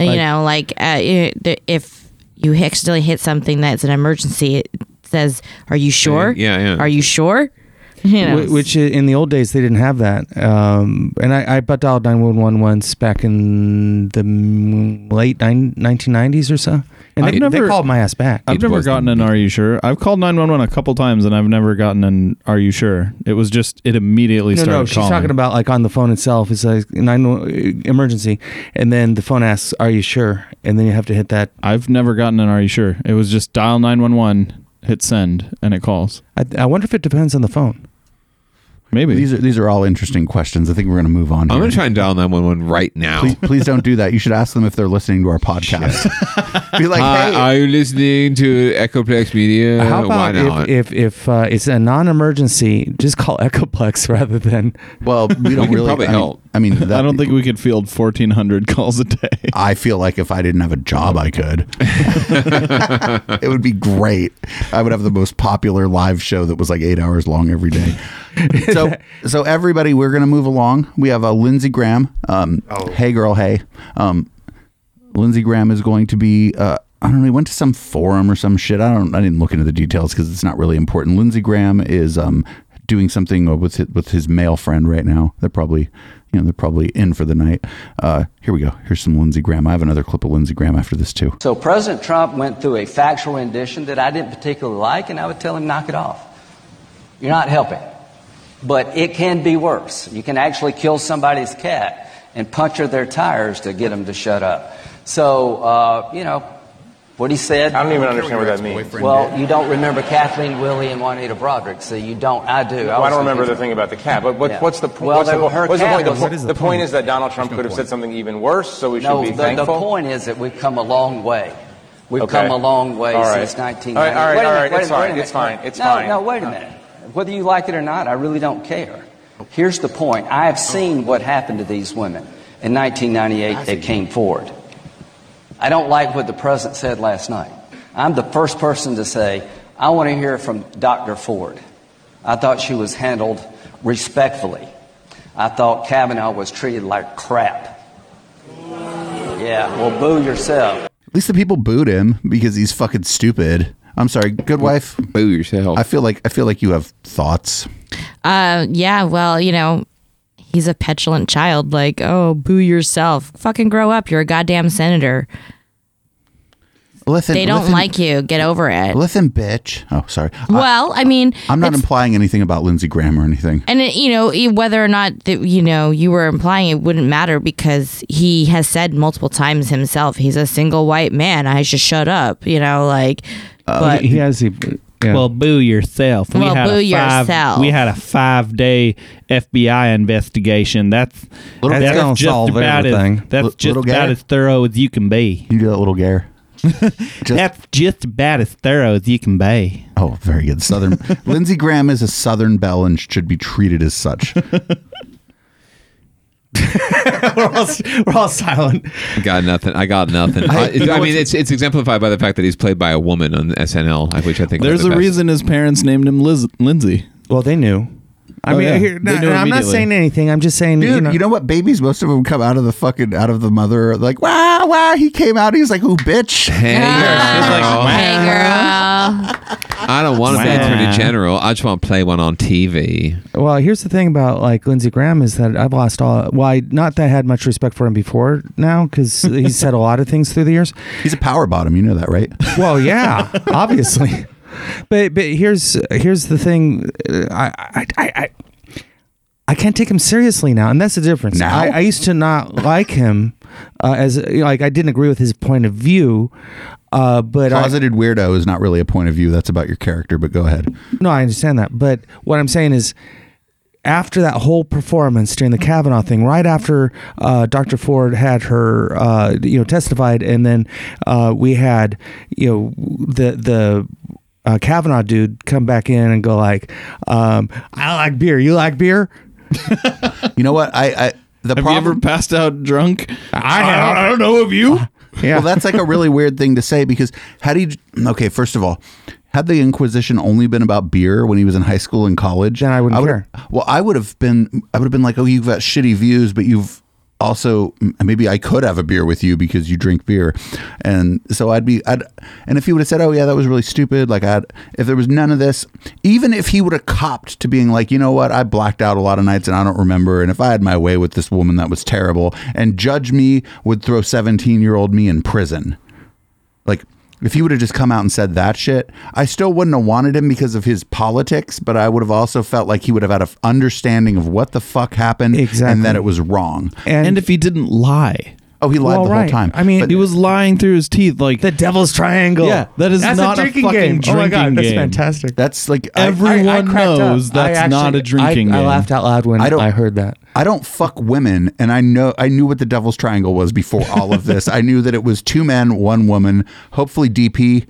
E: Uh, you
A: Like-
E: know, like uh, i- the- if you accidentally hit something that's an emergency, it says, "Are you sure?
G: yeah, yeah.
E: Are you sure?" You know,
G: Wh- Which i- in the old days they didn't have that. Um, and I, I butt dialed 911 once back in the m- late nine, 1990s or so. And
F: I've
G: they,
F: never-
G: they called my ass back.
F: I've never gotten an "Are you sure?" I've called nine one one a couple times, and I've never gotten an "Are you sure?" It was just it immediately
G: No,
F: started.
G: no, she's
F: calling.
G: talking about like on the phone itself. It's like nine uh, emergency, and then the phone asks, "Are you sure?" And then you have to hit that.
F: I've never gotten an "Are you sure?" It was just dial nine one one, hit send, and it calls.
G: I, I wonder if it depends on the phone.
F: Maybe
A: these are these are all interesting questions. I think we're going to move on.
D: I'm
A: here.
D: going to try and dial 911 right now.
A: Please, please don't do that. You should ask them if they're listening to our podcast. Be like,
D: Hi,
A: hey,
D: are you listening to Echoplex Media?
G: How
D: Uh, Why
G: about
D: not?
G: if if, if uh, it's a non-emergency, just call Echoplex rather than.
A: Well, we don't really. I mean, I mean, that,
F: I don't think we could field fourteen hundred calls a day.
A: I feel like if I didn't have a job, I could. it would be great. I would have the most popular live show that was like eight hours long every day. So, so everybody, we're gonna move along. We have a Lindsey Graham. Um,
D: Oh.
A: Hey, girl, hey. Um, Lindsey Graham is going to be. Uh, I don't know. He went to some forum or some shit. I don't. I didn't look into the details because it's not really important. Lindsey Graham is um, doing something with his, with his male friend right now. They're probably, you know, they're probably in for the night. Uh, here we go. Here's some Lindsey Graham. I have another clip of Lindsey Graham after this too.
S: So President Trump went through a factual rendition that I didn't particularly like, and I would tell him, knock it off. You're not helping. But it can be worse. You can actually kill somebody's cat and puncture their tires to get them to shut up. So, uh, you know, what he said.
I: I don't even understand what that means.
S: Well, you don't remember Kathleen Willie and Juanita Broderick, so you don't. I do.
I: Well, I
S: was
I: don't remember the
S: thinking-
I: thing about the cat, but what,
S: Yeah.
I: what's the po-
S: Well,
I: what's the
S: they-
I: po-
S: her
I: what's the
S: cat
I: point? The,
S: was-
I: po-
S: What is
I: the
S: the
I: point?
S: point?
I: is that Donald Trump could have said something even worse, so we should
S: no,
I: be
S: the, the
I: thankful.
S: point is that we've come a long way. We've
I: Okay.
S: come a long way
I: All right.
S: since 1990.
I: All
S: Wait
I: right, all right,
S: a
I: all
S: minute,
I: right,
S: wait a minute, wait a
I: it's fine,
S: minute.
I: it's fine, it's
S: no,
I: fine.
S: No, wait a minute. Whether you like it or not, I really don't care. Here's the point I have seen what happened to these women. In 1998, they came forward. I don't like what the president said last night. I'm the first person to say, I want to hear from Dr. Ford. I thought she was handled respectfully. I thought Kavanaugh was treated like crap. Yeah, well, boo yourself.
A: At least the people booed him because he's fucking stupid. I'm sorry, good wife.
D: Boo yourself.
A: I feel like I feel like you have thoughts.
E: Uh, yeah, well, you know, he's a petulant child. Like, oh, boo yourself. Fucking grow up. You're a goddamn senator.
A: Listen,
E: they don't
A: listen-
E: like you. Get over it.
A: Listen, bitch. Oh, sorry.
E: well, I mean,
A: I'm not
E: it's-
A: implying anything about Lindsey Graham or anything.
E: And it, you know e- whether or not that you know you were implying it wouldn't matter because he has said multiple times himself he's a single white man. I should shut up. You know, like but
F: Oh,
A: Uh,
F: he, has. He, Well, boo yourself.
E: Well, boo
F: a five,
E: yourself.
F: We had a five-day FBI investigation. That's
A: Little-
F: that's
A: That's gonna
F: just
A: solve
F: about
A: everything.
F: as that's
A: Li-
F: just
A: little
F: about
A: Gare?
F: as thorough as you can be.
A: You do that, little Gare.
F: that's just about as thorough as you can be.
A: Oh, very good. Southern Lindsey Graham is a Southern belle and should be treated as such.
F: we're, all, we're all silent.
D: Got nothing. I got nothing. I,
F: you know
D: I mean,
F: what's-
D: it's it's exemplified by the fact that he's played by a woman on SNL, which I think was
F: There's
D: the
F: a
D: best.
F: reason his parents named him Liz, Lindsay.
G: Well, they knew. I
F: Oh,
G: mean,
F: yeah.
G: here,
F: They
G: no,
F: knew
G: I'm not
F: immediately.
G: saying anything. I'm just saying,
A: Dude,
G: you know,
A: what? Babies, most of them come out of the fucking out of the mother. Like, wow, wow. He came out. He's like, ooh, bitch.
D: Hey, girl.
E: hey, girl.
D: I don't want to be
G: Wow.
D: attorney general. I just want to play one on TV.
G: Well, here's the thing about like Lindsey Graham is that I've lost all. Well, I, not that I had much respect for him before now because he's said a lot of things through the years.
A: He's a power bottom. You know that, right?
G: Well, yeah, obviously. But but here's here's the thing. uh, I I I. I I can't take him seriously now, and that's the difference.
A: Now?
G: I, I used to not like him, uh, as you know, like I didn't agree with his point of view, uh, but I,
A: Closeted weirdo is not really a point of view. That's about your character. But go ahead.
G: No, I understand that. But what I'm saying is, after that whole performance during the Kavanaugh thing, right after uh, Dr. Ford had her, uh, you know, testified, and then uh, we had, you know, the the. Uh, Kavanaugh dude come back in and go like, um, I like beer. You like beer?
A: You know what? I, I the
F: Have
A: problem.
F: you ever passed out drunk?
G: I
F: have. I don't know of you.
G: Yeah.
A: Well, that's like a really weird thing to say because had he okay, first of all, had the Inquisition only been about beer when he was in high school and college, then I
G: wouldn't
A: would,
G: care.
A: Well, I would have been. I would have been like, oh, you've got shitty views, but you've also maybe I could have a beer with you because you drink beer, and so I'd be. I'd and if he would have said, oh yeah, that was really stupid. Like I, if there was none of this, even if he would have copped to being like, you know what, I blacked out a lot of nights and I don't remember. And if I had my way with this woman, that was terrible. And judge me would throw seventeen year old me in prison. Like, if he would have just come out and said that shit, I still wouldn't have wanted him because of his politics, but I would have also felt like he would have had an understanding of what the fuck happened
G: Exactly.
A: and that it was wrong.
F: And, if he didn't lie.
A: Oh, he lied
G: Well,
A: the
G: right.
A: whole time.
G: I mean,
A: But-
F: He was lying through his teeth like
G: the Devil's Triangle.
F: Yeah, that is
G: That's
F: not a
G: drinking
F: fucking
G: game. oh my god,
F: drinking
G: that's
F: game.
G: fantastic.
A: that's like I-
F: Everyone
G: I- I cracked up.
F: knows
G: I
F: that's not
G: actually-
F: a drinking
G: I,
F: game.
G: I laughed out loud when
A: I
G: I,
A: don't-
G: heard that.
A: I don't fuck women, and I know I knew what the Devil's Triangle was before all of this. I knew that it was two men, one woman, hopefully DP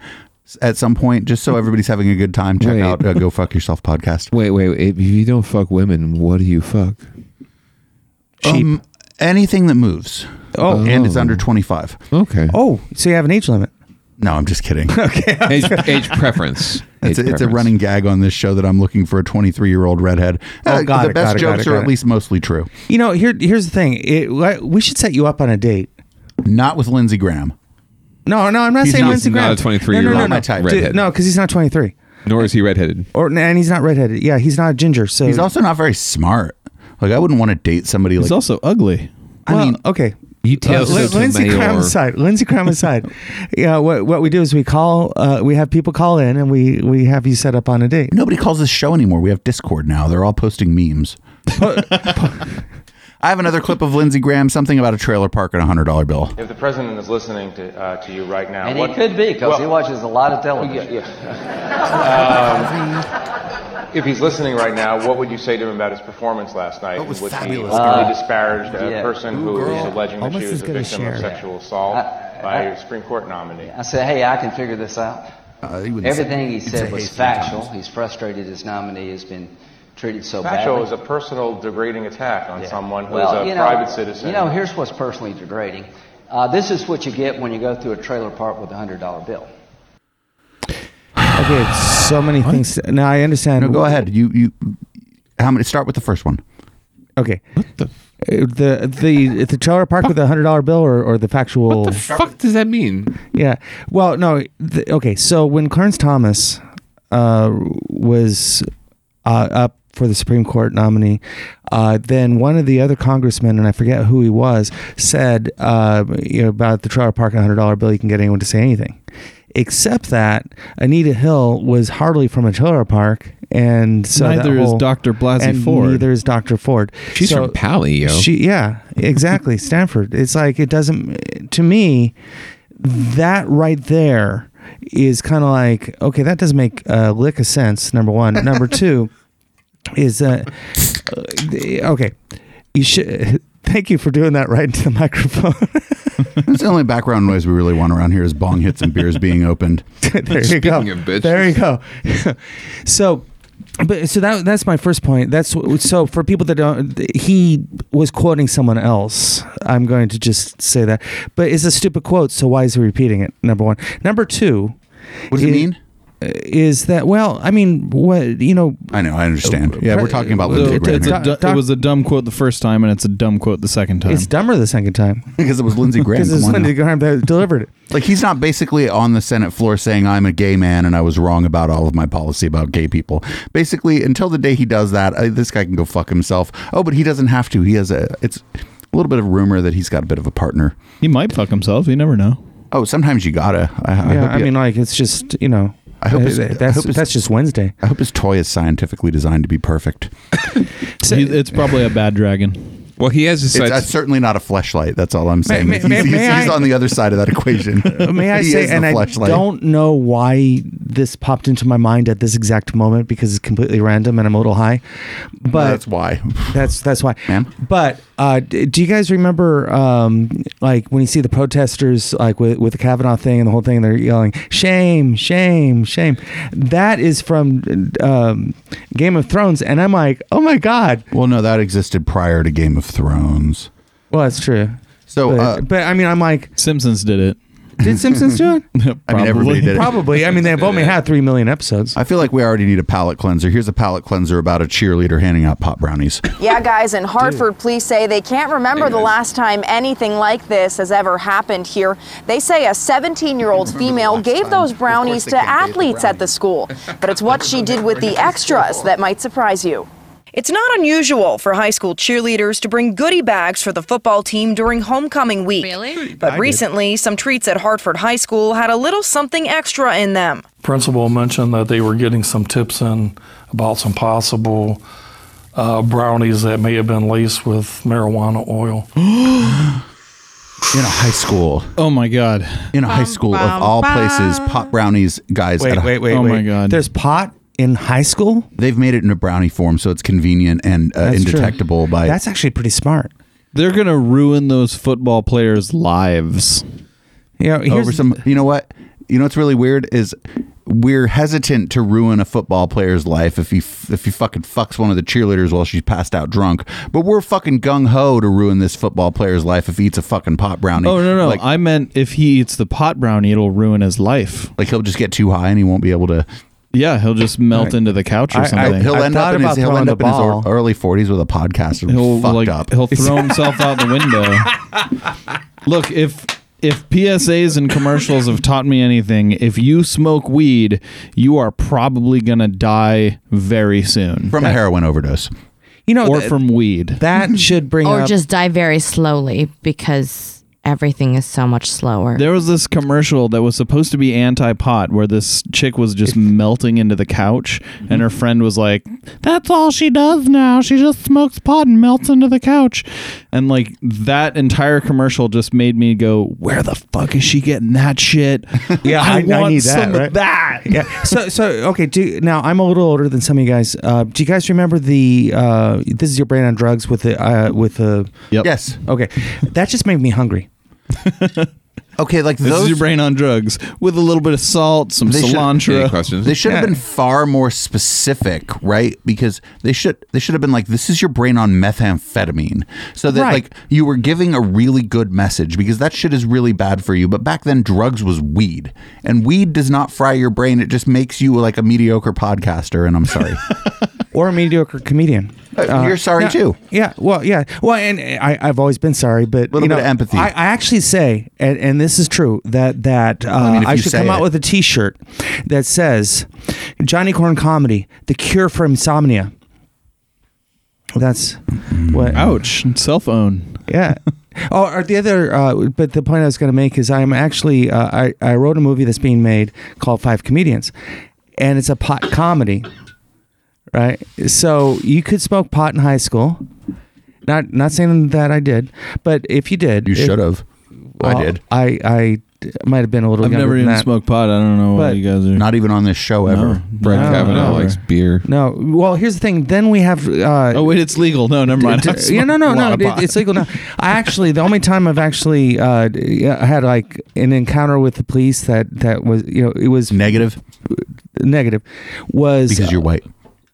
A: at some point, just so everybody's having a good time. Check
D: Wait.
A: out uh, Go Fuck Yourself podcast.
D: Wait, wait, wait. If you don't fuck women, what do you fuck?
G: Cheap.
A: Um, anything that moves. Uh,
G: Oh.
A: and it's under twenty five.
D: Okay.
G: Oh, so you have an age limit.
A: No, I'm just kidding.
D: Age, age preference. Age
A: It's a, it's a
D: preference.
A: running gag on this show that I'm looking for a 23 year old redhead.
G: Oh,
A: Uh,
G: got
A: the
G: it,
A: best
G: got it, got
A: jokes
G: it,
A: are
G: got
A: at
G: it.
A: least mostly true.
G: You know, here here's the thing. It, like, we should set you up on a date.
A: Not with Lindsey Graham.
G: No, no, I'm not
A: He's
G: saying
A: not-
G: Lindsey
D: not
G: Graham.
D: a 23
G: No,
D: year
G: no,
D: old
G: no, no,
D: type.
G: Dude,
D: redhead.
G: No, because he's not 23,
D: Nor is he redheaded.
G: or and he's not redheaded. Yeah, he's not ginger. So
A: He's also not very smart. Like I wouldn't want to date somebody
F: He's
A: like
F: also ugly.
G: I mean, okay. Uh,
D: You tell
G: Lin- Lindsey Graham aside. Lindsey Graham aside. yeah, what what we do is we call, uh, we have people call in, and we we have you set up on a date.
A: Nobody calls this show anymore. We have Discord now. They're all posting memes. I have another clip of Lindsey Graham, something about a trailer park and a hundred dollar bill.
T: If the president is listening to, uh, to you right now,
S: And
T: what
S: he could be because he watches a lot of television.
T: Yeah,
I: Um,
T: if he's listening right now, what would you say to him about his performance last night?
A: was
T: would he
A: fabulous.
T: openly
S: Uh,
T: disparage a
S: yeah.
T: person who is alleging that
G: Almost
T: she
G: as
T: was a
G: good as
T: victim of
G: Cher.
T: sexual assault
S: I-
T: by
S: I-
T: a Supreme Court nominee?
S: I said, hey, I can figure this out.
F: Uh, you wouldn't say-
S: Everything he
F: you'd
S: said
F: say
S: was
F: hate
S: factual. He's frustrated his nominee has been treated so
T: Factual
S: badly.
T: is a personal degrading attack on someone who's
S: Well,
T: a
S: you know-
T: private citizen.
S: You know, here's what's personally degrading. Uh, this is what you get when you go through a trailer park with a hundred dollar bill.
G: Okay, so many things. Now I understand.
A: No, go ahead. You you how many start with the first one.
G: Okay. Uh, the the the trailer park with a hundred dollar bill or, or the factual what the
D: fuck does that mean
G: yeah well no the, okay so when clarence thomas uh was uh, up for the supreme court nominee uh then one of the other congressmen and i forget who he was said uh you know, about the trailer park and a hundred dollar bill you can get anyone to say anything except that anita hill was hardly from a trailer park and so that
F: Neither is
G: whole-
F: Dr. Blasey
G: and
F: Ford.
G: neither is dr ford
D: She's from Pali, yo.
G: she, yeah, exactly. Stanford. It's like it doesn't to me. That right there is kind of like okay, that doesn't make a lick of sense. Number one. Number two is uh, uh, the- okay. You should thank you for doing that right into the microphone.
A: That's the only background noise we really want around here is bong hits and beers being opened.
G: there you go. There you go. so, but so that that's my first point. That's wh- so for people that don't, he was quoting someone else. I'm going to just say that. But it's a stupid quote. So why is he repeating it? Number one. Number two.
A: What does it mean?
G: Is that well? I mean, what you know? uh,
A: I know, I understand. Yeah, we're talking about
F: So
A: Lindsey
F: it's- it's
A: Graham.
F: a
A: here.
F: du- it was a dumb quote the first time, and it's a dumb quote the second time.
G: It's dumber the second time
A: because it was Lindsey Graham.
G: Because it's
A: come on
G: Lindsey
A: now.
G: Graham that delivered it.
A: Like he's not basically on the Senate floor saying I'm a gay man and I was wrong about all of my policy about gay people. Basically, until the day he does that, uh, this guy can go fuck himself. Oh, but he doesn't have to. He has a. It's a little bit of rumor that he's got a bit of a partner.
F: He might fuck himself. You never know.
A: Oh, sometimes you gotta. I, I
G: yeah,
A: hope
G: I
A: you-
G: mean, like it's just you know.
A: I hope it's-
G: uh,
A: I
G: that's
A: hope it's-
G: that's just Wednesday.
A: I hope his toy is scientifically designed to be perfect.
F: He- it's probably a bad dragon.
D: Well, he has
A: It's, uh, certainly not a fleshlight. That's all I'm saying.
G: may-
A: he's
G: may-
A: he's-
G: may
A: he's
G: I-
A: on the other side of that equation.
G: May I
A: He
G: say,
A: is the
G: and I
A: fleshlight.
G: don't know why this popped into my mind at this exact moment because it's completely random and I'm a little high. But
A: that's why.
G: That's that's why. But uh, d- do you guys remember, um, like when you see the protesters, like with with the Kavanaugh thing and the whole thing, they're yelling "shame, shame, shame." That is from um, Game of Thrones, and I'm like, oh my god.
A: Well, no, that existed prior to Game of Thrones.
G: Well, that's true.
A: So,
G: but,
A: uh,
G: but I mean, I'm like,
F: Simpsons did it.
G: did Simpsons do it?
A: I mean, everybody did it.
G: Probably. I mean, they've only had three million episodes.
A: I feel like we already need a palate cleanser. Here's a palate cleanser about a cheerleader handing out pop brownies.
U: Yeah, guys, in Hartford, police say they can't remember the last time anything like this has ever happened here. They say a 17 year old female gave those brownies to athletes at the school, but it's what she did with the extras that might surprise you.
V: It's not unusual for high school cheerleaders to bring goodie bags for the football team during homecoming week. Really? But recently, some treats at Hartford High School had a little something extra in them.
W: principal mentioned that they were getting some tips in about some possible uh, brownies that may have been laced with marijuana oil.
A: In a high school.
F: Oh my god.
A: In a high school of all places, pop brownies, guys.
G: Wait,
A: at a-
G: wait, wait, Oh my wait. God. There's pot in high school.
A: They've made it in a brownie form, so it's convenient and uh,
G: That's true.
A: indetectable by.
G: That's actually pretty smart.
F: They're gonna ruin those football players' lives.
G: Yeah,
A: over some. You know what? You know what's really weird is we're hesitant to ruin a football player's life if he f- if he fucking fucks one of the cheerleaders while she's passed out drunk. But we're fucking gung ho to ruin this football player's life if he eats a fucking pot brownie.
F: Oh no no!
A: Like,
F: I meant if he eats the pot brownie, it'll ruin his life.
A: like he'll just get too high and he won't be able to.
F: Yeah, he'll just melt into the couch or something.
A: he'll end up in his, he'll end up in his
F: ball.
A: or- early forties with a podcast. And
F: He'll
A: fucked
F: like
A: up.
F: he'll throw himself out the window. Look, if if PSAs and commercials have taught me anything, if you smoke weed, you are probably gonna die very soon
A: from a heroin overdose.
G: You know,
F: or
G: th-
F: from weed.
G: That should bring
E: or
G: up.
E: just die very slowly because everything is so much slower.
F: There was this commercial that was supposed to be anti-pot, where this chick was just melting into the couch, and her friend was like, "That's all she does now. She just smokes pot and melts into the couch," and like that entire commercial just made me go, "Where the fuck is she getting that shit?
G: yeah, I, I
F: want
G: need
F: some
G: that.
F: of
G: right?
F: that."
G: yeah. So, so okay. Do now I'm a little older than some of you guys. Uh, do you guys remember the uh, "This Is Your Brain on Drugs" with the uh, with the?
F: Yep.
A: Yes.
G: Okay, that just made me hungry.
A: Okay, like
F: this
A: those-
F: is your brain on drugs with a little bit of salt, some
A: should-
F: cilantro.
A: They should have
F: Yeah.
A: been far more specific, right? Because they should they should have been like, "This is your brain on methamphetamine," so that
F: Right.
A: like you were giving a really good message because that shit is really bad for you. But back then, drugs was weed, and weed does not fry your brain; it just makes you like a mediocre podcaster. And I'm sorry,
G: or a mediocre comedian.
A: Uh, you're sorry
G: yeah,
A: too.
G: Yeah. Well, yeah. Well, and I, I've always been sorry, but
A: Little
G: you know,
A: bit of empathy.
G: I, I actually say, and, and this is true, that that uh,
A: I
G: I,
A: mean, if you
G: should
A: say
G: come
A: it.
G: out with a T-shirt that says "Johnny Corn Comedy: The Cure for Insomnia." That's what.
F: Ouch! Cell phone.
G: Yeah. Oh, or the other, uh, but the point I was going to make is I'm actually uh, I I wrote a movie that's being made called Five Comedians, and it's a pot comedy, right? So you could smoke pot in high school. Not not saying that I did, but if you did,
A: You
G: if-
A: should have. I did.
G: I I d- might have been a little.
F: I've
G: younger
F: never
G: than
F: even
G: that.
F: smoked pot. I don't know why
G: But-
F: you guys are
A: not even on this show ever.
F: Brett
G: No,
D: Kavanaugh
G: never.
D: likes beer.
G: No. Well, here's the thing. Then we have. Uh,
F: oh wait, it's legal. No, never mind.
G: D-
F: I
G: yeah, no, no,
F: smoked a lot
G: no.
F: of
G: it-
F: pot.
G: it's legal now. I actually, the only time I've actually uh, d- yeah, had like an encounter with the police that that was, you know, it was
A: negative.
G: Negative was uh,
A: Because you're white.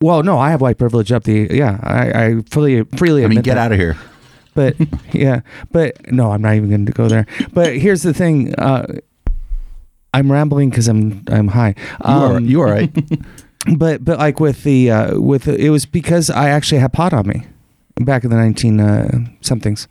G: Well, no, I have white privilege up the. Yeah, I, I freely freely.
A: I mean,
G: admit
A: get
G: that.
A: out of here.
G: But yeah, but no, I'm not even going to go there. But here's the thing. Uh, I'm rambling because I'm I'm high. Um,
A: are- you are right.
G: but but like with the uh, with the, it was because I actually had pot on me back in the nineteen uh, somethings.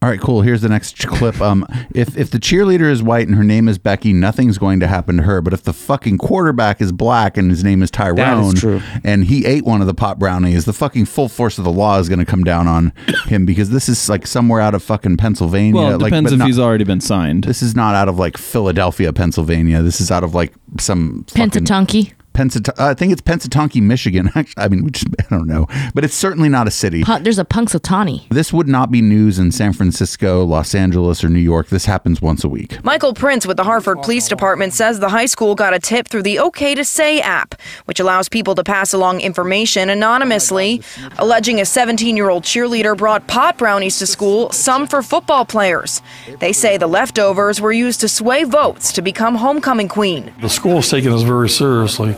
A: All right, cool. Here's the next ch- clip. Um, if if the cheerleader is white and her name is Becky, nothing's going to happen to her. But if the fucking quarterback is black and his name is Tyrone,
G: true.
A: and he ate one of the pot brownies, the fucking full force of the law is going to come down on him because this is like somewhere out of fucking Pennsylvania.
F: well, it
A: like,
F: depends
A: but
F: if
A: not-
F: he's already been signed.
A: This is not out of like Philadelphia, Pennsylvania. This is out of like some fucking-
E: Pensatonki.
A: Pensat- I think it's Pensatonki, Michigan. Actually, I mean, we just, I don't know, but it's certainly not a city.
E: Pu- There's a Punxsutawney.
A: This would not be news in San Francisco, Los Angeles, or New York. This happens once a week.
V: Michael Prince with the Hartford Police Department says the high school got a tip through the OK to Say app, which allows people to pass along information anonymously, alleging a 17 year old cheerleader brought pot brownies to school, some for football players. They say the leftovers were used to sway votes to become homecoming queen.
W: The school is taking this very seriously.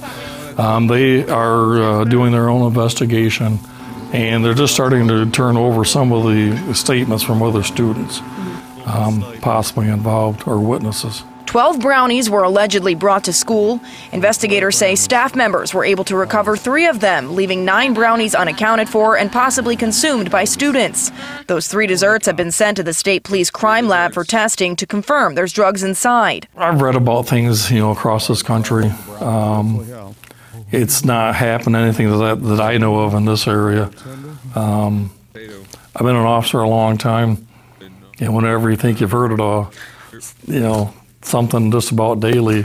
W: Um, they are uh, doing their own investigation, and they're just starting to turn over some of the statements from other students um, possibly involved or witnesses.
V: 12 brownies were allegedly brought to school. Investigators say staff members were able to recover three of them, leaving nine brownies unaccounted for and possibly consumed by students. Those three desserts have been sent to the state police crime lab for testing to confirm there's drugs inside.
W: I've read about things, you know, across this country. Um, it's not happened anything that that I know of in this area. Um, I've been an officer a long time, and whenever you think you've heard it all, you know, something just about daily,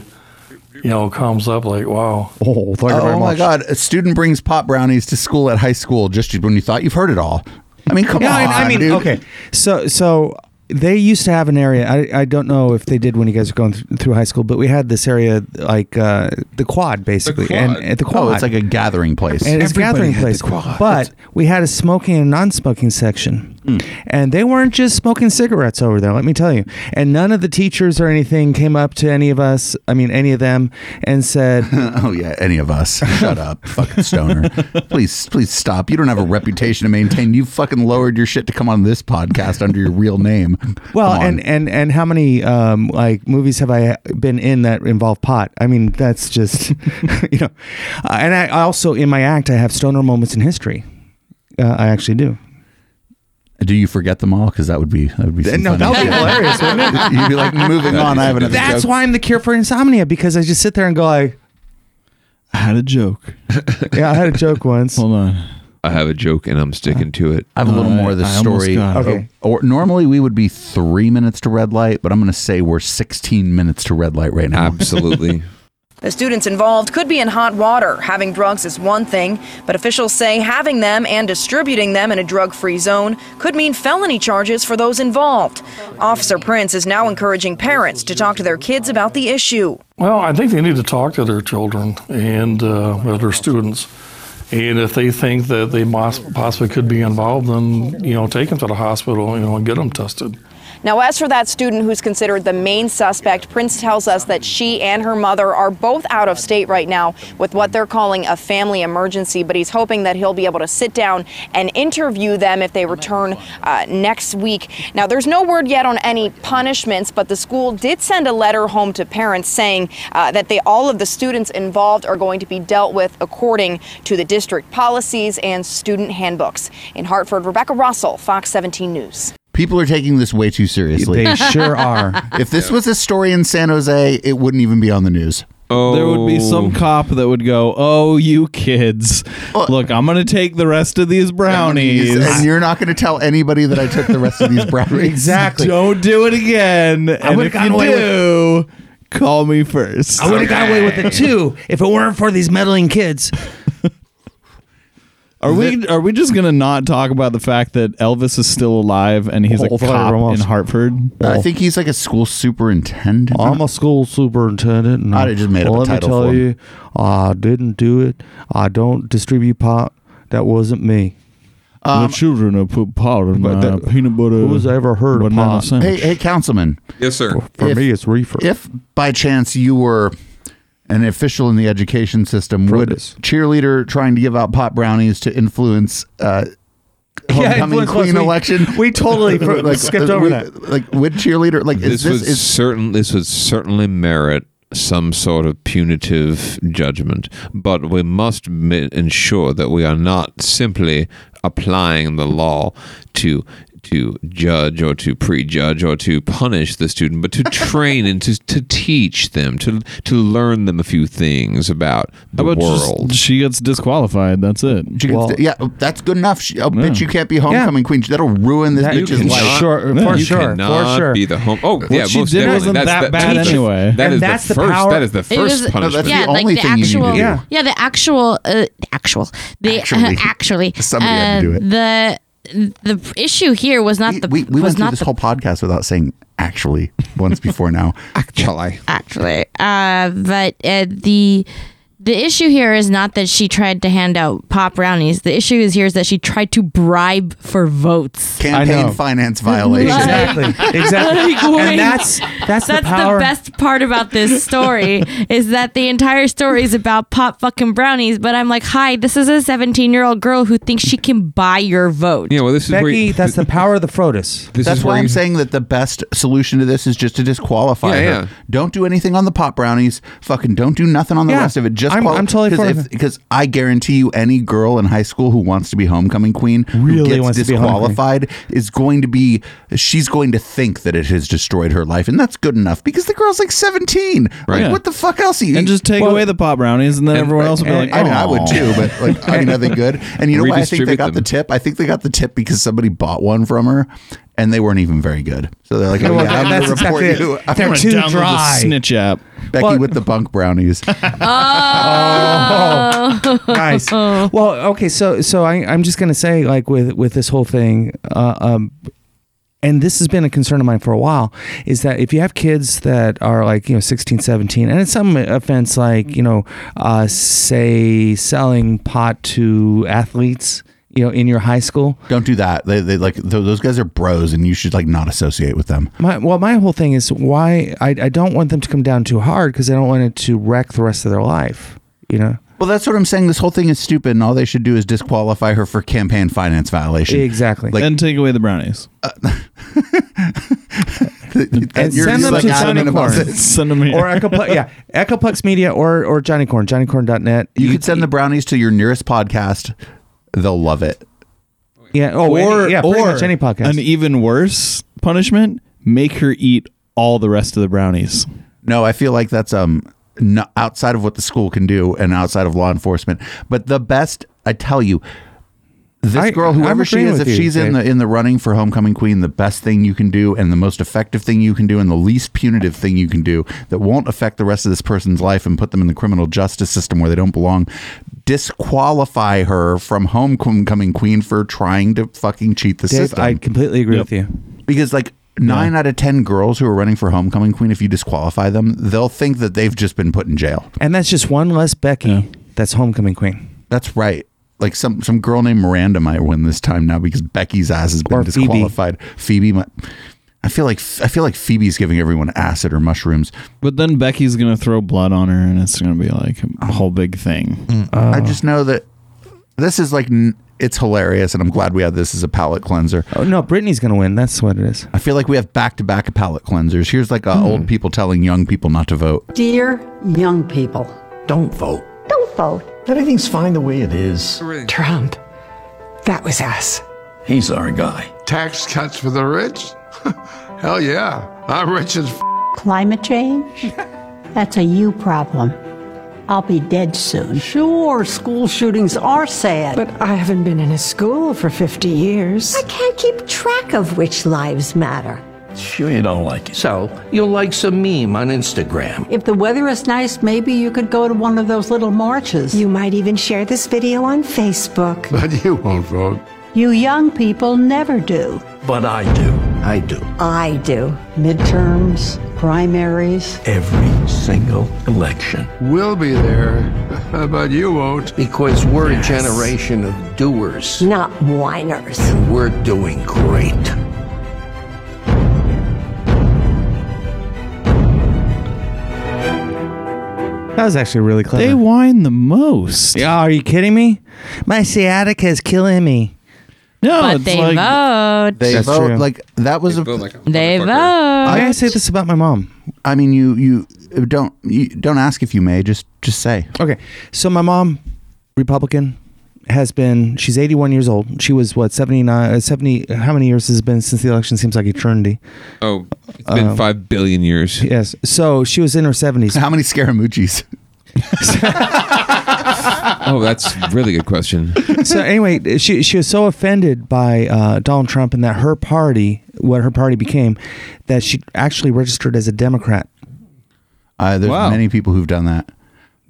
W: you know, comes up like, wow.
G: Oh,
A: oh my God! A student brings pot brownies to school at high school just when you thought you've heard it all. I mean, come
G: Yeah,
A: on.
G: I, I mean,
A: dude.
G: okay. So so they used to have an area. I, I don't know if they did when you guys were going th- through high school, but we had this area like uh, the quad basically, and and the quad.
A: Oh, it's like a gathering place.
G: and it's a gathering place. But we had a smoking and non-smoking section,
A: Hmm.
G: and they weren't just smoking cigarettes over there. Let me tell you. And none of the teachers or anything came up to any of us. I mean, any of them, and said,
A: "Oh yeah, any of us." Shut up, fucking stoner. please, please stop. You don't have a reputation to maintain. You fucking lowered your shit to come on this podcast under your real name.
G: Well, and and and how many um, like movies have I been in that involve pot? I mean, that's just you know. Uh, and I also in my act, I have stoner moments in history. Uh, I actually do.
A: Do you forget them all? Because that would be that would be so
G: No, that would be hilarious, wouldn't it?
A: You'd be like, moving on. I have another.
G: That's
A: joke.
G: why I'm the cure for insomnia because I just sit there and go like,
F: I had a joke.
G: yeah, I had a joke once.
F: Hold on.
D: I have a joke and I'm sticking to it.
A: I have a little
D: Uh,
A: more of the
D: I almost
A: story.
D: got it.
A: Okay. Or normally we would be three minutes to red light, but I'm going to say we're 16 minutes to red light right now.
D: Absolutely.
V: The students involved could be in hot water. Having drugs is one thing, but officials say having them and distributing them in a drug free zone could mean felony charges for those involved. Officer Prince is now encouraging parents to talk to their kids about the issue.
W: Well, I think they need to talk to their children and uh, well, their students. And if they think that they mos- possibly could be involved, then, you know, take them to the hospital, you know, and get them tested.
U: Now, as for that student who's considered the main suspect, Prince tells us that she and her mother are both out of state right now with what they're calling a family emergency, but he's hoping that he'll be able to sit down and interview them if they return uh, next week. Now, there's no word yet on any punishments, but the school did send a letter home to parents saying uh, that they all of the students involved are going to be dealt with according to the district policies and student handbooks. In Hartford, Rebecca Russell, Fox 17 News.
A: People are taking this way too seriously.
G: They sure are.
A: If this was a story in San Jose, it wouldn't even be on the news.
F: There would be some cop that would go, "Oh, you kids!
G: Uh,
F: Look, I'm gonna take the rest of these brownies."
A: And you're not going to tell anybody that I took the rest of these brownies.
G: Exactly.
F: Don't do it again. and
G: would've
F: if
G: gotten
F: you
G: away with-
F: do, call me first.
G: I would have got away with it too if it weren't for these meddling kids.
F: Are we are we just gonna not talk about the fact that Elvis is still alive and he's a
G: Alfred
F: cop
G: Ramos.
F: in Hartford?
A: I think he's like a school superintendent.
G: I'm a school superintendent. And
A: I'd have just made up a
G: well, let
A: title
G: me tell
A: for him.
G: you, I didn't do it. I don't distribute pot. That wasn't me.
A: Um,
F: children are put pot in
G: But that-
F: peanut butter.
G: who's ever heard of
F: banana
G: pot?
A: Hey,
F: sandwich.
A: hey, councilman.
D: Yes, sir.
G: For me, it's reefer.
A: If by chance you were an official in the education system, would cheerleader trying to give out pot brownies to influence uh, homecoming
G: influence
A: queen
G: was- we-
A: election?
G: we totally fr- skipped over
A: uh, we-
G: that.
A: Like, would cheerleader like
D: This,
A: is this
D: would
A: is
D: certain. This would certainly merit some sort of punitive judgment, but we must mi- ensure that we are not simply applying the law to to judge or to prejudge or to punish the student, but to train and to, to teach them to to learn them a few things about the
F: How about just-
D: world.
F: she gets disqualified. That's it.
A: she can st- yeah, that's good enough. She, oh, bitch, you can't be homecoming queen. That'll ruin this
G: That-
A: bitch's
G: you
A: life.
G: Sure, for
D: you
G: sure,
D: cannot
G: for sure.
D: be the home. Oh,
G: What
D: yeah,
G: she
D: most
G: did
D: definitely.
G: wasn't
D: that's
G: that
D: the,
G: bad
D: that's the-
G: anyway.
D: that
G: And
D: is
G: that's
D: the
G: the
D: first.
G: power-
D: That is the
E: It
D: first
E: was-
D: punishment.
E: yeah, like the actual, yeah. the actual, uh, the actual, the
A: Actually.
E: actually, uh, actually
A: Somebody had to
E: uh,
A: do it.
E: The the issue here was not the
A: We, we
E: was
A: went through
E: not
A: this
E: the
A: whole podcast without saying actually once before now.
D: Actually,
E: actually, uh, but uh, the the issue here is not that she tried to hand out pop brownies. The issue is here is that she tried to bribe for votes.
A: Campaign finance violation.
G: Exactly, exactly.
E: Like, what?
G: and that's that's, the
E: That's the,
G: power.
E: best part about this story is that the entire story is about pop fucking brownies. But I'm like, hi, this is a 17 year old girl who thinks she can buy your vote.
D: Yeah, well, this is where
G: Becky,
D: you-
G: that's the power of the Frotus.
D: This
A: That's
D: is where
A: why I'm
D: you-
A: saying that the best solution to this is just to disqualify
D: Yeah,
A: her.
D: yeah.
A: Don't do anything on the pot brownies. Fucking don't do nothing on the
G: Yeah,
A: rest of it. Just
G: I'm- I'm totally for
A: because
G: that.
A: because I guarantee you, any girl in high school who wants to be homecoming queen who
G: Really
A: gets
G: wants to be
A: disqualified is going to be she's going to think that it has destroyed her life, and that's good enough because the girl's like 17. Like,
D: Right.
A: what the fuck else? Are you,
F: and just take
A: Well,
F: away the pot brownies, and then everyone else will be like,
A: I mean, I would
F: "Aw."
A: too, but like, I mean, are they good? And you know why I think they
D: Redistribute
A: got the
D: them.
A: tip? I think they got the tip because somebody bought one from her, and they weren't even very good. So they're like, oh,
G: Well,
A: yeah, I'm
G: that's
A: going to report
G: exactly it.
A: you. I'm
G: They're
A: gonna
G: too
A: download
G: dry.
A: this
F: Snitch app.
A: Becky
G: Well-
A: with the bunk brownies.
E: Oh.
G: nice. Well, okay, so so I, I'm just gonna say like with with this whole thing, uh, um, and this has been a concern of mine for a while, is that if you have kids that are like you know 16, 17, and it's some offense like you know, uh, say selling pot to athletes, you know, in your high school.
A: Don't do that. They, they like th- those guys are bros, and you should like not associate with them.
G: My, well, my whole thing is why I, I don't want them to come down too hard because I don't want it to wreck the rest of their life. You know,
A: Well, that's what I'm saying. This whole thing is stupid, and all they should do is disqualify her for campaign finance violation.
G: exactly. Uh,
A: Like-
F: and take away the brownies.
A: And you're
G: send
A: just,
G: them
A: like,
G: to
A: adamant
G: Johnny
A: about
G: Corn.
A: this.
F: Send them here.
G: or Ecoplex, yeah, Ecoplex Media or or Johnny Corn, JohnnyCorn.net.
A: You could send the brownies to your nearest podcast. They'll love it.
G: yeah, oh, any, yeah, pretty much any podcast.
F: An even worse punishment: make her eat all the rest of the brownies.
A: No, I feel like that's um no, outside of what the school can do and outside of law enforcement. But the best, I tell you, this
G: I-
A: girl,
G: I'm
A: whoever she
G: agreeing
A: is, if
G: with you,
A: she's in the
G: Dave.
A: in the running for homecoming queen, the best thing you can do and the most effective thing you can do and the least punitive thing you can do that won't affect the rest of this person's life and put them in the criminal justice system where they don't belong. Disqualify her from homecoming queen for trying to fucking cheat the
G: Dave,
A: system
G: I completely agree
F: Yep.
G: with you.
A: because like nine out of ten girls who are running for homecoming queen, if you disqualify them, they'll think that they've just been put in jail.
G: And that's just one less Becky that's homecoming queen.
A: That's right. Like some some girl named Miranda might win this time now because Becky's ass has been
G: Or Phoebe.
A: disqualified. Phoebe, might, I feel like I feel like Phoebe's giving everyone acid or mushrooms.
F: But then Becky's gonna throw blood on her, and it's gonna be like a whole big thing.
A: Oh.
G: Mm, uh.
A: I just know that this is like n- it's hilarious, and I'm glad we had this as a palate cleanser.
G: Oh no, Brittany's gonna win. That's what it is. Hmm.
A: I feel like we have back to back palate cleansers. Here's like uh, old people telling young people not to vote.
B: Dear young people,
C: don't vote.
B: Don't vote.
C: Everything's fine the way it is.
B: Trump, that was us.
C: He's our guy.
H: Tax cuts for the rich? Hell yeah. I'm rich as f-
B: Climate change? That's a you problem. I'll be dead soon. Sure, school shootings are sad. But I haven't been in a school for 50 years. I can't keep track of which lives matter.
C: Sure, you don't like it. So, you'll like some meme on Instagram.
B: If the weather is nice, maybe you could go to one of those little marches. You might even share this video on Facebook.
H: But you won't vote.
B: You young people never do.
C: But I do. I do.
B: I do. Midterms, primaries.
C: Every single election.
H: We'll be there, but you won't.
C: Because we're a generation of doers.
B: Not whiners.
C: And we're doing great.
G: That was actually really clever.
F: They whine the most.
G: Yeah, are you kidding me? My sciatica is killing me.
F: No,
E: but they vote.
A: They
G: That's
A: vote
G: true.
A: like that was a.
E: They vote.
A: I gotta say
G: this about my mom.
A: I mean, you you don't you don't ask if you may. Just just say.
G: Okay. So my mom, Republican, has been. She's 81 years old. She was what 79, uh, 70. How many years has it been since the election? Seems like eternity.
D: Oh, it's been
G: Um,
D: five billion years.
G: Yes. So she was in her 70s.
A: How many Scaramucci's?
D: Oh, that's a really good question.
G: so anyway, she she was so offended by uh, Donald Trump and that her party, what her party became, that she actually registered as a Democrat.
A: Uh, there's
G: Wow.
A: many people who've done that.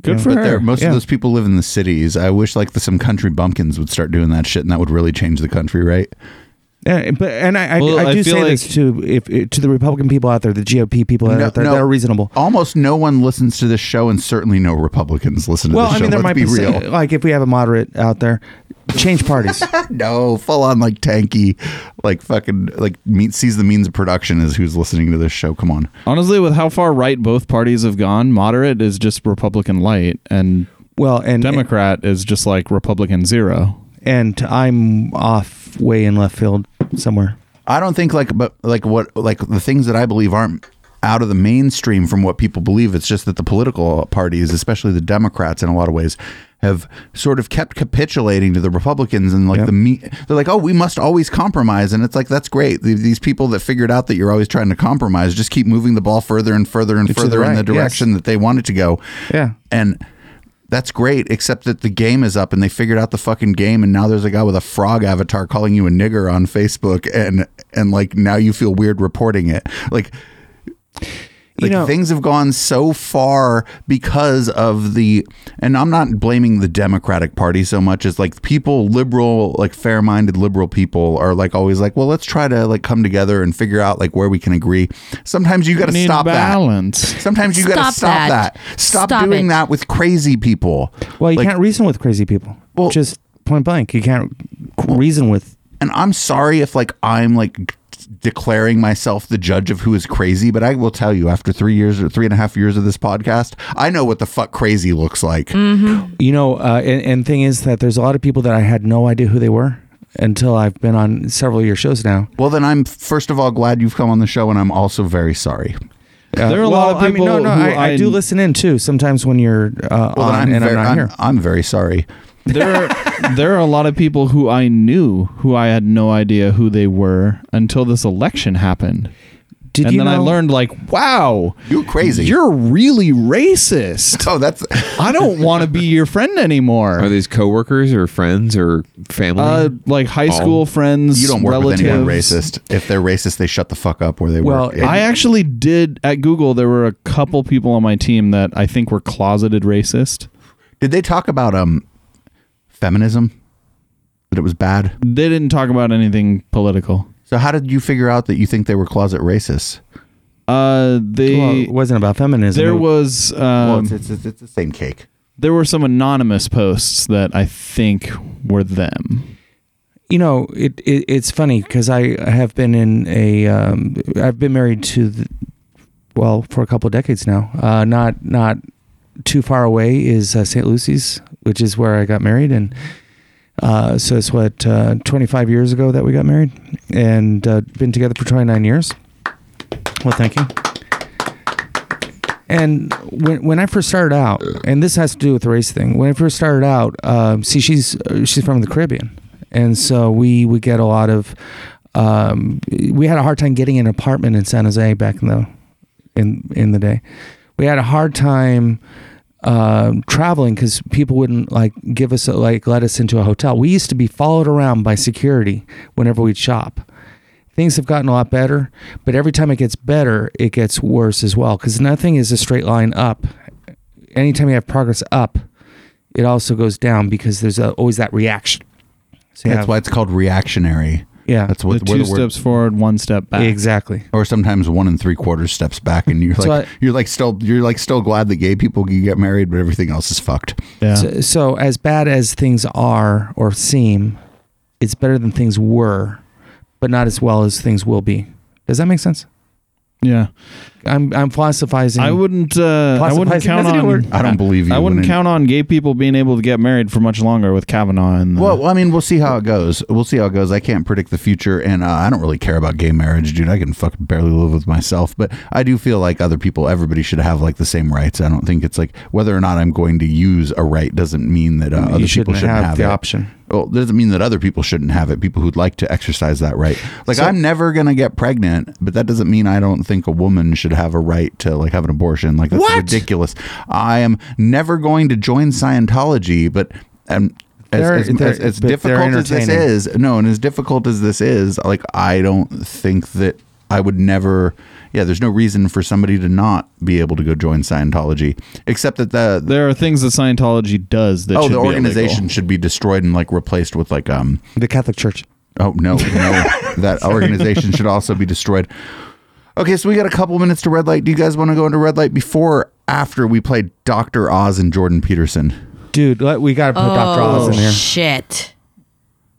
G: Good for
A: but they're-
G: her.
A: Most
G: Yeah.
A: of those people live in the cities. I wish like the, some country bumpkins would start doing that shit, and that would really change the country, right?
G: Uh, but and I I,
A: Well,
G: I
A: I
G: do
A: feel
G: say this to if to the Republican people out there, the GOP people out there, they're reasonable.
A: Almost no one listens to this show, and certainly no Republicans listen to
G: Well,
A: this
G: I
A: show.
G: mean, there
A: Let's
G: might
A: be
G: be, some-
A: real.
G: like if we have a moderate out there, change parties.
A: no, full on like tanky, like fucking like meet, sees the means of production is who's listening to this show. Come on,
F: Honestly, with how far right both parties have gone, moderate is just Republican light, and
G: well, and
F: Democrat is just like Republican zero.
G: and I'm off way in left field somewhere.
A: I don't think like but like what like the things that I believe aren't out of the mainstream from what people believe. It's just that the political parties, especially the Democrats, in a lot of ways, have sort of kept capitulating to the Republicans and like the me. They're like, oh, we must always compromise, and it's like that's great. The- These people that figured out that you're always trying to compromise just keep moving the ball further and further and
G: To the
A: further in the
G: right, yes.
A: direction that they want it to go.
G: Yeah.
A: and. That's great, except that the game is up and they figured out the fucking game, and now there's a guy with a frog avatar calling you a nigger on Facebook, and and like now you feel weird reporting it. Like, like things have gone so far because of the, and I'm not blaming the Democratic Party so much as like people, liberal, like fair-minded liberal people are like always like, well, let's try to like come together and figure out like where we can agree. Sometimes you got to
F: need
A: stop
F: balance.
A: that. Sometimes you
F: Stop
A: got to stop
F: that.
A: that. Stop,
F: Stop
A: doing
F: it.
A: that with crazy people.
G: Well, you
A: Like-
G: can't reason with crazy people. Well, just point blank, you can't reason with.
A: and I'm sorry if like I'm like declaring myself the judge of who is crazy, but I will tell you after three years or three and a half years of this podcast, I know what the fuck crazy looks like.
F: Mm. Mm-hmm.
G: You know, uh, and, and thing is that there's a lot of people that I had no idea who they were until I've been on several of your shows now.
A: Well, then I'm first of all glad you've come on the show, and I'm also very sorry.
G: Uh,
F: There are a
G: well,
F: lot of people
G: I mean, no, no,
F: who
G: I, I do listen in too sometimes when you're uh,
A: Well,
G: on
A: then I'm
G: and
A: very,
G: I'm not
A: I'm,
G: here.
A: I'm very sorry.
F: there are, there are a lot of people who I knew who I had no idea who they were until this election happened.
G: Did
F: and
G: you
F: then I
G: know-
F: learned like, wow,
A: you're crazy.
F: You're really racist.
A: Oh, that's
F: I don't want to be your friend anymore.
D: Are these coworkers or friends or family?
F: Uh, like high
D: All?
F: school friends.
A: You don't work with anyone
F: relatives.
A: racist. If they're racist, they shut the fuck up where they
F: Well,
A: work. Yeah.
F: I actually did at Google. There were a couple people on my team that I think were closeted racist.
A: Did they talk about um feminism? That it was bad.
F: They didn't talk about anything political.
A: So how did you figure out that you think they were closet racists?
F: Uh, they
A: Well, it
G: wasn't about feminism.
F: There was um,
A: Well, it's, it's, it's, it's the same cake.
F: there were some anonymous posts that I think were them.
G: you know, it, it it's funny because I have been in a um, I've been married to, the, well, for a couple of decades now. Uh, not not too far away is uh, St. Lucie's, which is where I got married, and uh, so it's what uh, 25 years ago that we got married, and uh, been together for 29 years. Well, thank you. And when when I first started out, and this has to do with the race thing. When I first started out, um, see, she's uh, she's from the Caribbean, and so we would get a lot of. Um, we had a hard time getting an apartment in San Jose back in the in in the day. We had a hard time um traveling because people wouldn't like give us a, like let us into a hotel. We used to be followed around by security whenever we'd shop things have gotten a lot better, but every time it gets better, it gets worse as well because nothing is a straight line up. Anytime you have progress up, it also goes down because there's a, always that reaction. So you
A: That's
G: have-
A: why it's called reactionary.
G: Yeah.
A: that's what
G: The
A: where
G: two
A: word-
G: steps
F: forward, one step back.
G: Exactly.
A: Or sometimes one and three quarters steps back, and you're
G: So
A: like
G: I-
A: you're like still you're like still glad that gay people can get married, but everything else is fucked.
G: So, so as bad as things are or seem, it's better than things were, but not as well as things will be. Does that make sense?
F: Yeah.
G: I'm I'm philosophizing.
F: I wouldn't. Uh, I wouldn't
G: Philosophizing,
F: count
G: that's a good word.
F: on.
G: I don't
A: believe
F: I
A: you
F: wouldn't
A: when it-
F: count on gay people being able to get married for much longer with Kavanaugh and. The,
A: Well, well, I mean, we'll see how it goes. We'll see how it goes. I can't predict the future, and uh, I don't really care about gay marriage, dude. I can fuck barely live with myself, but I do feel like other people, everybody should have like the same rights. I don't think it's like whether or not I'm going to use a right doesn't mean that uh,
G: You
A: other people
G: shouldn't
A: shouldn't have,
G: have the
A: it.
G: option.
A: Well, doesn't mean that other people shouldn't have it. People who'd like to exercise that right, like
G: So-
A: I'm never gonna get pregnant, but that doesn't mean I don't think a woman should have a right to like have an abortion. Like that's
G: What?
A: ridiculous. I am never going to join Scientology, but. Um, as,
G: They're-
A: as,
G: they're-
A: as, as
G: but they're
A: difficult as this
G: entertaining.
A: is, no, and as difficult as this is, like I don't think that I would never. Yeah, there's no reason for somebody to not be able to go join Scientology, except that the
F: there are things that Scientology does that.
A: oh,
F: should
A: the
F: be
A: organization
F: illegal.
A: should be destroyed and like replaced with like um
G: the Catholic Church.
A: Oh no, no, that organization should also be destroyed. Okay, so we got a couple minutes to red light. Do you guys want to go into red light before or after we play Doctor Oz and Jordan Peterson?
G: Dude, let- we got to put Dr. Oz in here.
E: Oh, shit.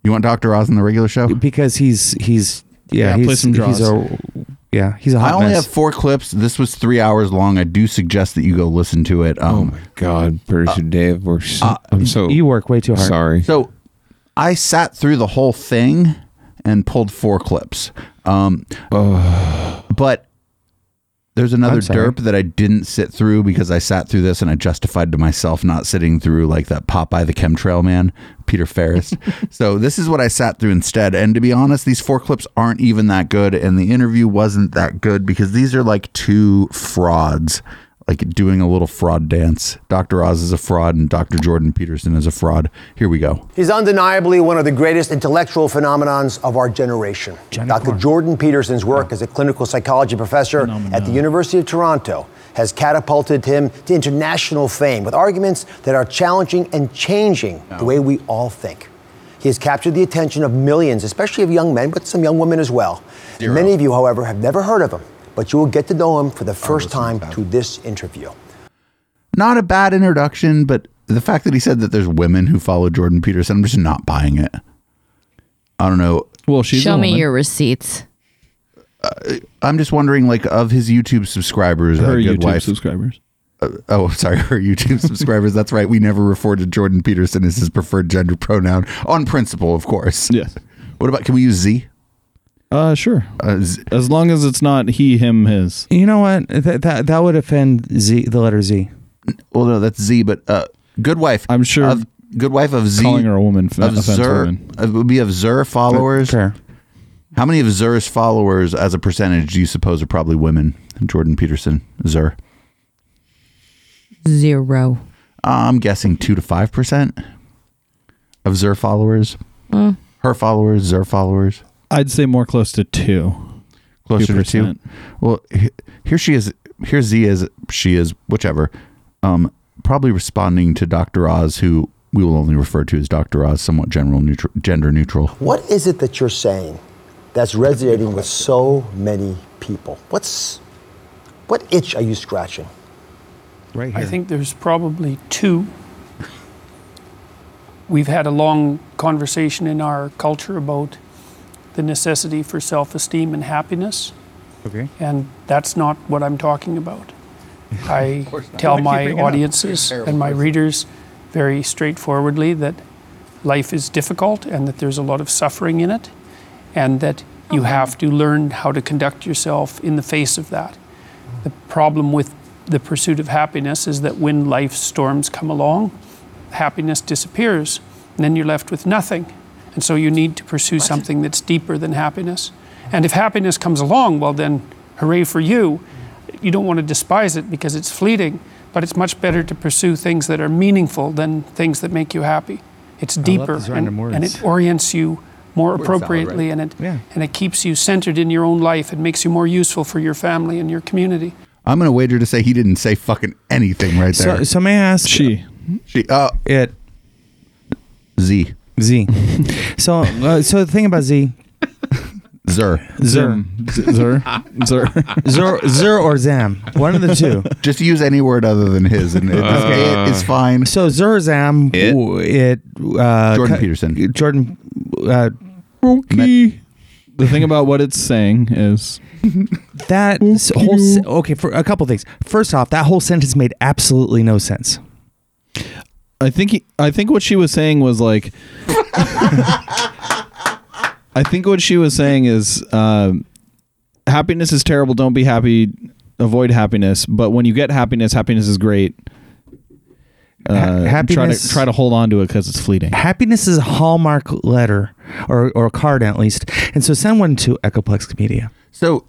A: You want Doctor Oz in the regular show?
G: Because he's he's yeah,
A: Yeah,
G: he's,
A: play some draws.
G: he's a yeah, he's a hot
A: I only
G: mess.
A: have four clips. This was three hours long. I do suggest that you go listen to it. Um, oh my
D: god, British Dave, we're so, I'm so
G: you work way too hard.
D: Sorry.
A: So I sat through the whole thing and pulled four clips. Um, but there's another
D: I'm sorry.
A: derp that I didn't sit through because I sat through this and I justified to myself not sitting through like that Popeye the Chemtrail man, Peter Ferris. so this is what I sat through instead. And to be honest, these four clips aren't even that good, and the interview wasn't that good because these are like two frauds. Like doing a little fraud dance. Dr. Oz is a fraud and Dr. Jordan Peterson is a fraud. Here we go.
J: He's undeniably one of the greatest intellectual phenomenons of our generation. Dr. Jordan Peterson's work as a clinical psychology professor at the University of Toronto has catapulted him to international fame with arguments that are challenging and changing the way we all think. He has captured the attention of millions, especially of young men, but some young women as well. Many of you, however, have never heard of him, but you will get to know him for the first time through this interview.
A: not a bad introduction, but the fact that he said that there's women who follow Jordan Peterson, I'm just not buying it. I don't know.
F: Well,
E: Show me your receipts.
A: I'm just wondering, like, of his YouTube subscribers,
F: Her
A: uh, good
F: YouTube
A: wife.
F: subscribers.
A: Uh, oh, sorry, her YouTube subscribers. That's right. We never refer to Jordan Peterson as his preferred gender pronoun on principle, of course.
F: Yes.
A: What about? Can we use Z?
F: Uh, sure. as long as it's not he, him, his.
G: You know what? That that, that would offend Z the letter Z.
A: Well, no, that's Z, but uh, good wife.
F: I'm sure.
A: Of, good wife of Z.
F: Calling her a woman f-
A: of
F: offends
A: Zur,
F: women.
A: It would be of Zur followers. How many of Zur's followers, as a percentage, do you suppose are probably women? Jordan Peterson, Zur.
E: Zero.
A: I'm guessing two to five percent of Zur followers.
E: Mm.
A: Her followers, Zur followers.
F: I'd say more close to two.
A: Closer to two.
F: 2%.
A: Well, he- here she is. Here Z is. She is. Whichever. Um, probably responding to Doctor Oz, who we will only refer to as Doctor Oz, somewhat general, neutral, gender neutral.
J: What is it that you're saying that's resonating with so many people? What's what itch are you scratching?
G: Right
L: I think there's probably two We've had a long conversation in our culture about the necessity for self esteem and happiness,
A: Okay.
L: and that's not what I'm talking about. I
A: not. Why
L: tell
A: do you
L: my
A: bring it up?
L: audiences
A: You're a
L: and my
A: terrible
L: readers very straightforwardly that life is difficult and that there's a lot of suffering in it, and that you have to learn how to conduct yourself in the face of that. The problem with the pursuit of happiness is that when life storms come along, happiness disappears, and then you're left with nothing. And so you need to pursue something that's deeper than happiness. And if happiness comes along, well, then hooray for you. You don't want to despise it because it's fleeting, but it's much better to pursue things that are meaningful than things that make you happy. It's
M: I love
L: deeper
M: this
L: and,
M: random
L: and
M: words.
L: it orients you more
M: Word salad,
L: appropriately
M: right?
L: and it and it keeps you centered in your own life and makes you more useful for your family and your community.
A: I'm going to wager to say he didn't say fucking anything right
G: So,
A: there.
G: so may I ask? She.
A: She. Uh,
G: it.
A: Z.
G: Z. so, uh, so the thing about Z.
A: Zer.
G: Zer.
A: Zer.
G: Zer. Zer. Zer or Zam. One of the two.
A: Just use any word other than his, and it,
G: Okay.
F: Uh,
A: it is fine.
G: So Zurzam,
A: It?
G: w- it, uh,
A: Jordan
G: cu-
A: Peterson.
G: Jordan. Uh,
F: The thing about what it's saying is
G: that s- whole se- okay for a couple things. First off, that whole sentence made absolutely no sense.
F: I think he, I think what she was saying was like I think what she was saying is um happiness is terrible. Don't be happy. Avoid happiness. But when you get happiness, happiness is great. Uh, try to
G: happiness-
F: try to hold on to it because it's fleeting.
G: Happiness is a hallmark letter or or card at least, and so send one to Echoplex Comedia.
A: So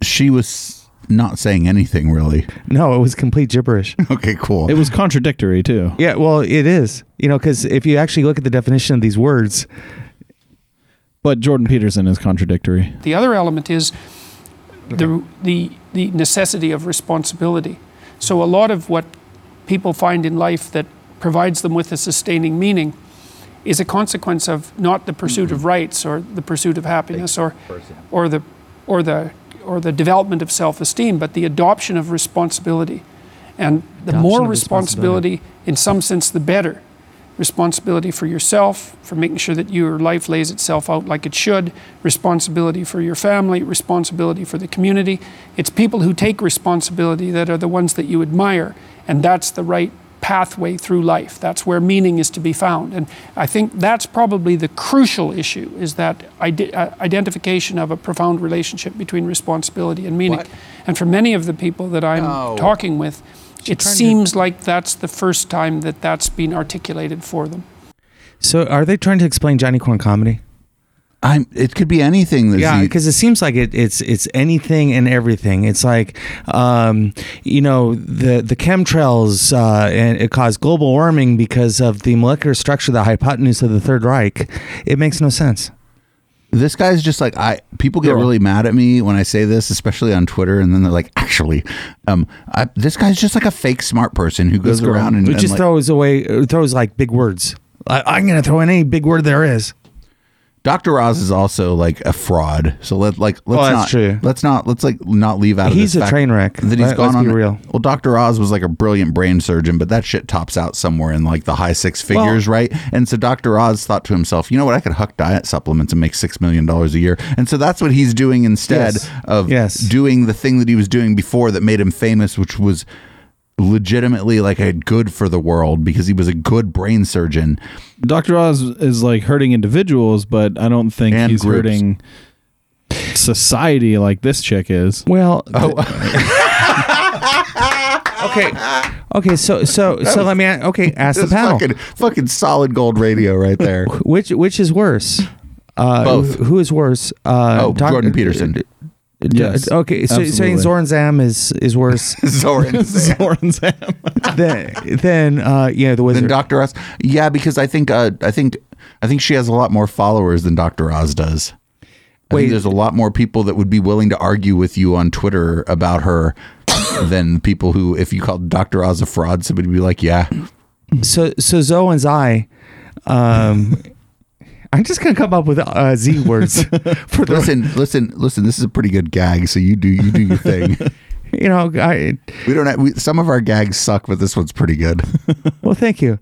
A: she was not saying anything really.
G: No, it was complete gibberish.
A: Okay, cool.
F: It was contradictory too.
G: Yeah, well, it is. You know, because if you actually look at the definition of these words,
F: but Jordan Peterson is contradictory.
L: The other element is the, the, the necessity of responsibility. So, a lot of what people find in life that provides them with a sustaining meaning is a consequence of not the pursuit
M: Mm-hmm.
L: of rights or the pursuit of happiness or, or, the, or, the, or the development of self esteem, but the adoption of responsibility. And the
G: Adoption
L: more
G: of responsibility.
L: responsibility, in some sense, the better. Responsibility for yourself, for making sure that your life lays itself out like it should, responsibility for your family, responsibility for the community. It's people who take responsibility that are the ones that you admire, and that's the right pathway through life. That's where meaning is to be found. And I think that's probably the crucial issue is that ide- uh, identification of a profound relationship between responsibility and meaning. And for many of the people that I'm talking with, it
G: trying to-
L: seems like that's the first time that that's been articulated for them.
G: so are they trying to explain Johnny Corn comedy?
A: I'm. It could be anything. That
G: yeah,
A: Z-
G: because it seems like it, it's it's anything and everything. It's like, um, you know, the the chemtrails uh, and it caused global warming because of the molecular structure, the hypotenuse of the Third Reich. It makes no sense.
A: this guy's just like I. People get really mad at me when I say this, especially on Twitter, and then they're like, "Actually, um, I, this guy's just like a fake smart person who goes
G: This girl
A: around and,
G: who
A: and
G: just
A: like,
G: throws away uh, throws like big words. I, I'm gonna throw in any big word there is.
A: Dr. Oz is also like a fraud. So let like let's
G: Well, Oh, that's
A: not
G: true.
A: let's not let's like not leave out. of
G: He's a
A: this fact
G: train wreck.
A: That he's
G: Let-
A: gone
G: let's
A: on.
G: be real.
A: Well, Dr. Oz was like a brilliant brain surgeon, but that shit tops out somewhere in like the high six
G: Well-
A: figures, right? And so Dr. Oz thought to himself, you know what? I could huck diet supplements and make six million dollars a year. And so that's what he's doing instead
G: Yes.
A: of doing the thing that he was doing before that made him famous, which was legitimately like a good for the world because he was a good brain surgeon.
F: Dr. Oz is like hurting individuals, but I don't think he's
A: groups.
F: hurting society like this chick is.
G: Well,
A: Oh.
G: okay, okay. So so so let me a- okay ask the
A: This is
G: panel.
A: Fucking, fucking solid gold radio right there.
G: Which which is worse? Uh,
A: Both.
G: wh- Who is worse? Uh,
A: Oh, Jordan Peterson.
G: d- d-
A: Yes,
G: Okay. So you're saying
A: absolutely.
G: Zoran Zam is is worse.
A: Zoran
F: Zoran Zam.
G: than than uh, yeah the
A: than
G: wizard.
A: Doctor Oz. Yeah, because I think uh, I think I think she has a lot more followers than Doctor Oz does. I think there's a lot more people that would be willing to argue with you on Twitter about her than people who, if you called Doctor Oz a fraud, somebody would be like, "Yeah,
G: so so Zoe and I, um, I'm just gonna come up with uh, Z words.
A: listen, listen, listen. This is a pretty good gag, so you do you do your thing."
G: you know, I
A: we don't. Have, we, some of our gags suck, but this one's pretty good.
G: well, thank you.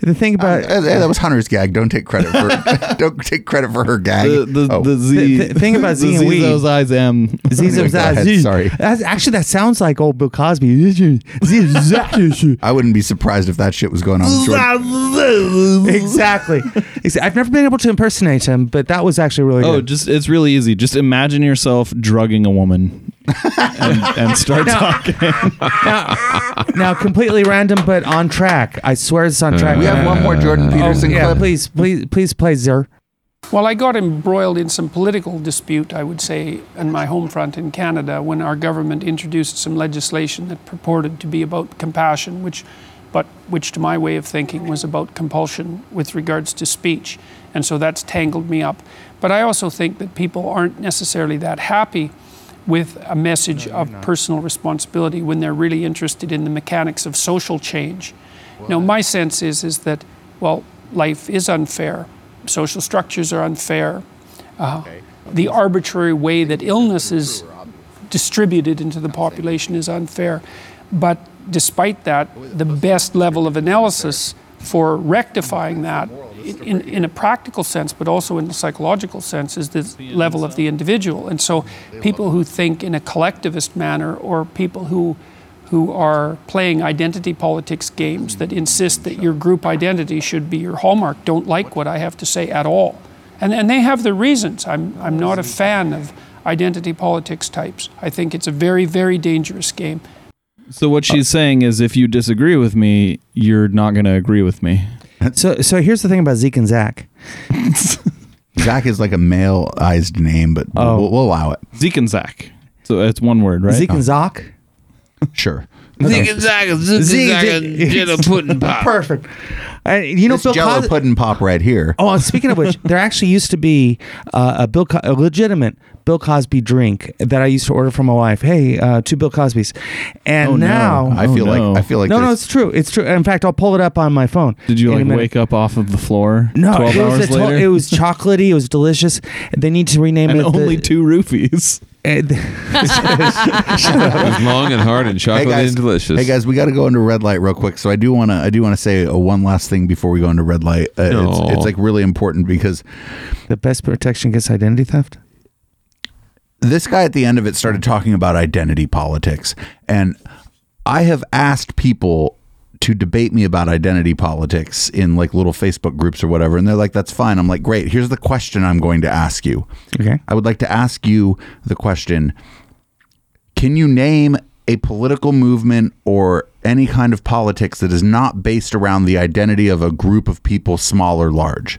G: The thing about
A: hey, that was Hunter's gag. Don't take credit for don't take credit for her Oh. gag.
F: The, the, the Z.
G: Oh. Th- th- thing about Z
F: the
G: and we-
F: those eyes am.
G: Z's
F: Anyway,
G: of
F: go ahead.
G: Zaz.
A: sorry.
G: That's, actually, that sounds like old Bill Cosby. Z's of Zaz.
A: I wouldn't be surprised if that shit was going on. with George.
G: exactly. Exa- I've never been able to impersonate him, but that was actually really
F: Oh,
G: good.
F: just it's really easy. Just imagine yourself drugging a woman and, and start talking.
G: now, completely random, but on track. I swear it's
F: Uh,
G: on track.
A: We have one more Jordan Peterson
G: oh, yeah,
A: clip.
G: Please, please, please play Zer.
L: Well, I got embroiled in some political dispute, I would say, on my home front in Canada when our government introduced some legislation that purported to be about compassion, which, but which to my way of thinking was about compulsion with regards to speech. And so that's tangled me up. But I also think that people aren't necessarily that happy with a message of personal responsibility when they're really interested in the mechanics of social change. Now, my sense is is that well, life is unfair, social structures are unfair, uh, the arbitrary way that illness is distributed into the population is unfair. But despite that, the best level of analysis for rectifying that in, in, in a practical sense, but also in the psychological sense, is the level of the individual. And so people who think in a collectivist manner or people who who are playing identity politics games that insist that your group identity should be your hallmark don't like what I have to say at all. And, and they have their reasons. I'm, I'm not a fan of identity politics types. I think it's a very, very dangerous game.
F: So what she's saying is, if you disagree with me, you're not going to agree with me.
G: So, so here's the thing about Zeke and Zach.
A: Zach is like a male-ized name, but
F: Oh.
A: we'll, we'll allow it.
F: Zeke and Zach. So it's one word, right?
G: Zeke and Zach.
A: Sure.
G: Zeke and
F: Zach.
G: Perfect. I, you know,
A: This
G: Bill
A: Jello
G: Cos-
A: pudding pop right here.
G: Oh, and speaking of which, there actually used to be uh, a Bill Co- a legitimate Bill Cosby drink that I used to order from my wife. Hey, uh, two Bill Cosbys, and
F: Oh, no.
G: now
A: I feel
F: Oh, no.
A: like I feel like
G: no, no,
A: there's-
G: it's true, it's true. In fact, I'll pull it up on my phone.
F: Did you
G: in a
F: like
G: minute.
F: wake up off of the floor?
G: No,
F: twelve
G: it was
F: hours
G: a to-
F: later.
G: it was chocolatey. It was delicious. They need to rename
F: and
G: it. the-
F: only two roofies.
G: eh, th-
D: It was long and hard and chocolatey
A: guys.
D: and delicious.
A: Hey guys, we got to go into red light real quick. So I do want to I do want to say uh, one last thing before we go into red light. Uh,
D: No.
A: it's, it's like really important because
G: the best protection against identity theft.
A: this guy at the end of it started talking about identity politics and i have asked people to debate me about identity politics in like little facebook groups or whatever and they're like that's fine i'm like great here's the question i'm going to ask you
G: Okay.
A: i would like to ask you the question can you name a political movement or any kind of politics that is not based around the identity of a group of people small or large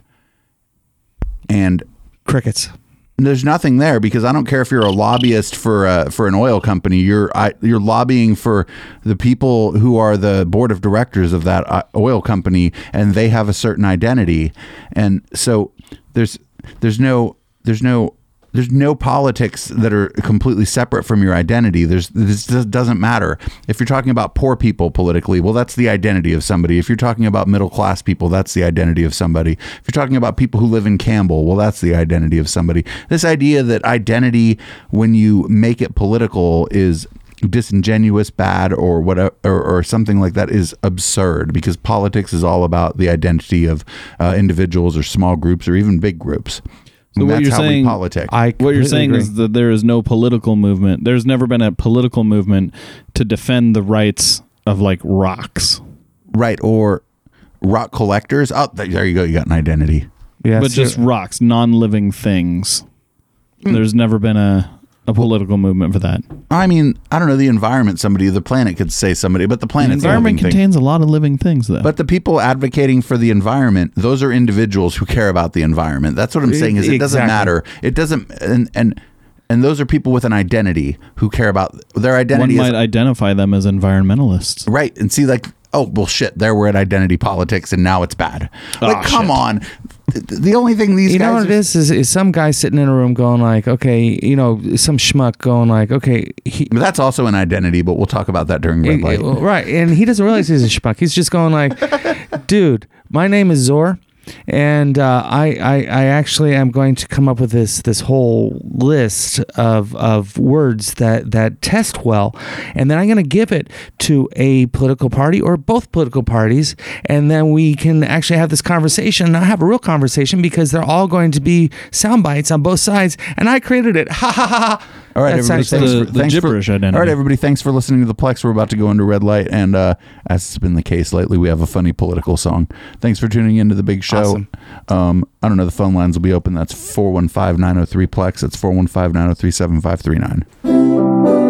A: and
G: Crickets.
A: there's nothing there because I don't care if you're a lobbyist for uh, for an oil company. You're I, you're lobbying for the people who are the board of directors of that uh, oil company, and they have a certain identity, and so there's there's no there's no there's no politics that are completely separate from your identity. There's this just doesn't matter. If you're talking about poor people politically, well, that's the identity of somebody. If you're talking about middle class people, that's the identity of somebody. If you're talking about people who live in Campbell, well, that's the identity of somebody. This idea that identity, when you make it political, is disingenuous, bad, or whatever, or, or something like that is absurd because politics is all about the identity of uh, individuals or small groups or even big groups.
F: So
A: And
F: what
A: that's
F: you're
A: how
F: saying,
A: we politic.
F: what you're saying is that there is no political movement. There's never been a political movement to defend the rights of like rocks.
A: right or rock collectors. Oh, th- there you go. You got an identity.
G: Yeah,
F: but
G: so-
F: just rocks, non-living things.
A: Hmm.
F: There's never been a, a political movement for that.
A: I mean, I don't know the environment. Somebody, the planet could say somebody, but the
F: the
A: planet's a
F: environment
A: living thing.
F: contains a lot of living things, though.
A: But the people advocating for the environment, those are individuals who care about the environment. That's what I'm
F: E-
A: saying. Is it doesn't
G: Exactly.
A: matter. It doesn't, and and and those are people with an identity who care about their
F: One
A: identity. is-
F: might identify them as environmentalists.
A: Right. And see, like, oh, well, shit, there we're at identity politics and now it's bad.
F: Ah,
A: Like, come
F: shit.
A: on. Th- The only thing these
G: you
A: guys
G: know what it
A: are-
G: is, is is some guy sitting in a room going like, okay, you know, some schmuck going like, okay, he,
A: But that's also an identity, but we'll talk about that during red light.
G: right, and he doesn't realize he's a schmuck. He's just going like, dude, my name is Zor. and uh, I, I I actually am going to come up with this this whole list of of words that that test well, and then I'm going to give it to a political party or both political parties, and then we can actually have this conversation, not have a real conversation because they're all going to be sound bites on both sides, and I created it. Ha ha ha! ha.
A: All right,
G: That's
A: everybody.
G: actually-
A: Thanks for, thanks for- All right, everybody. Thanks for listening to the Plex. We're about to go into red light, and uh, as has been the case lately, we have a funny political song. Thanks for tuning into the big show. Um, I don't know. The phone lines will be oh open. That's 415-903 Plex. That's 415-903-7539.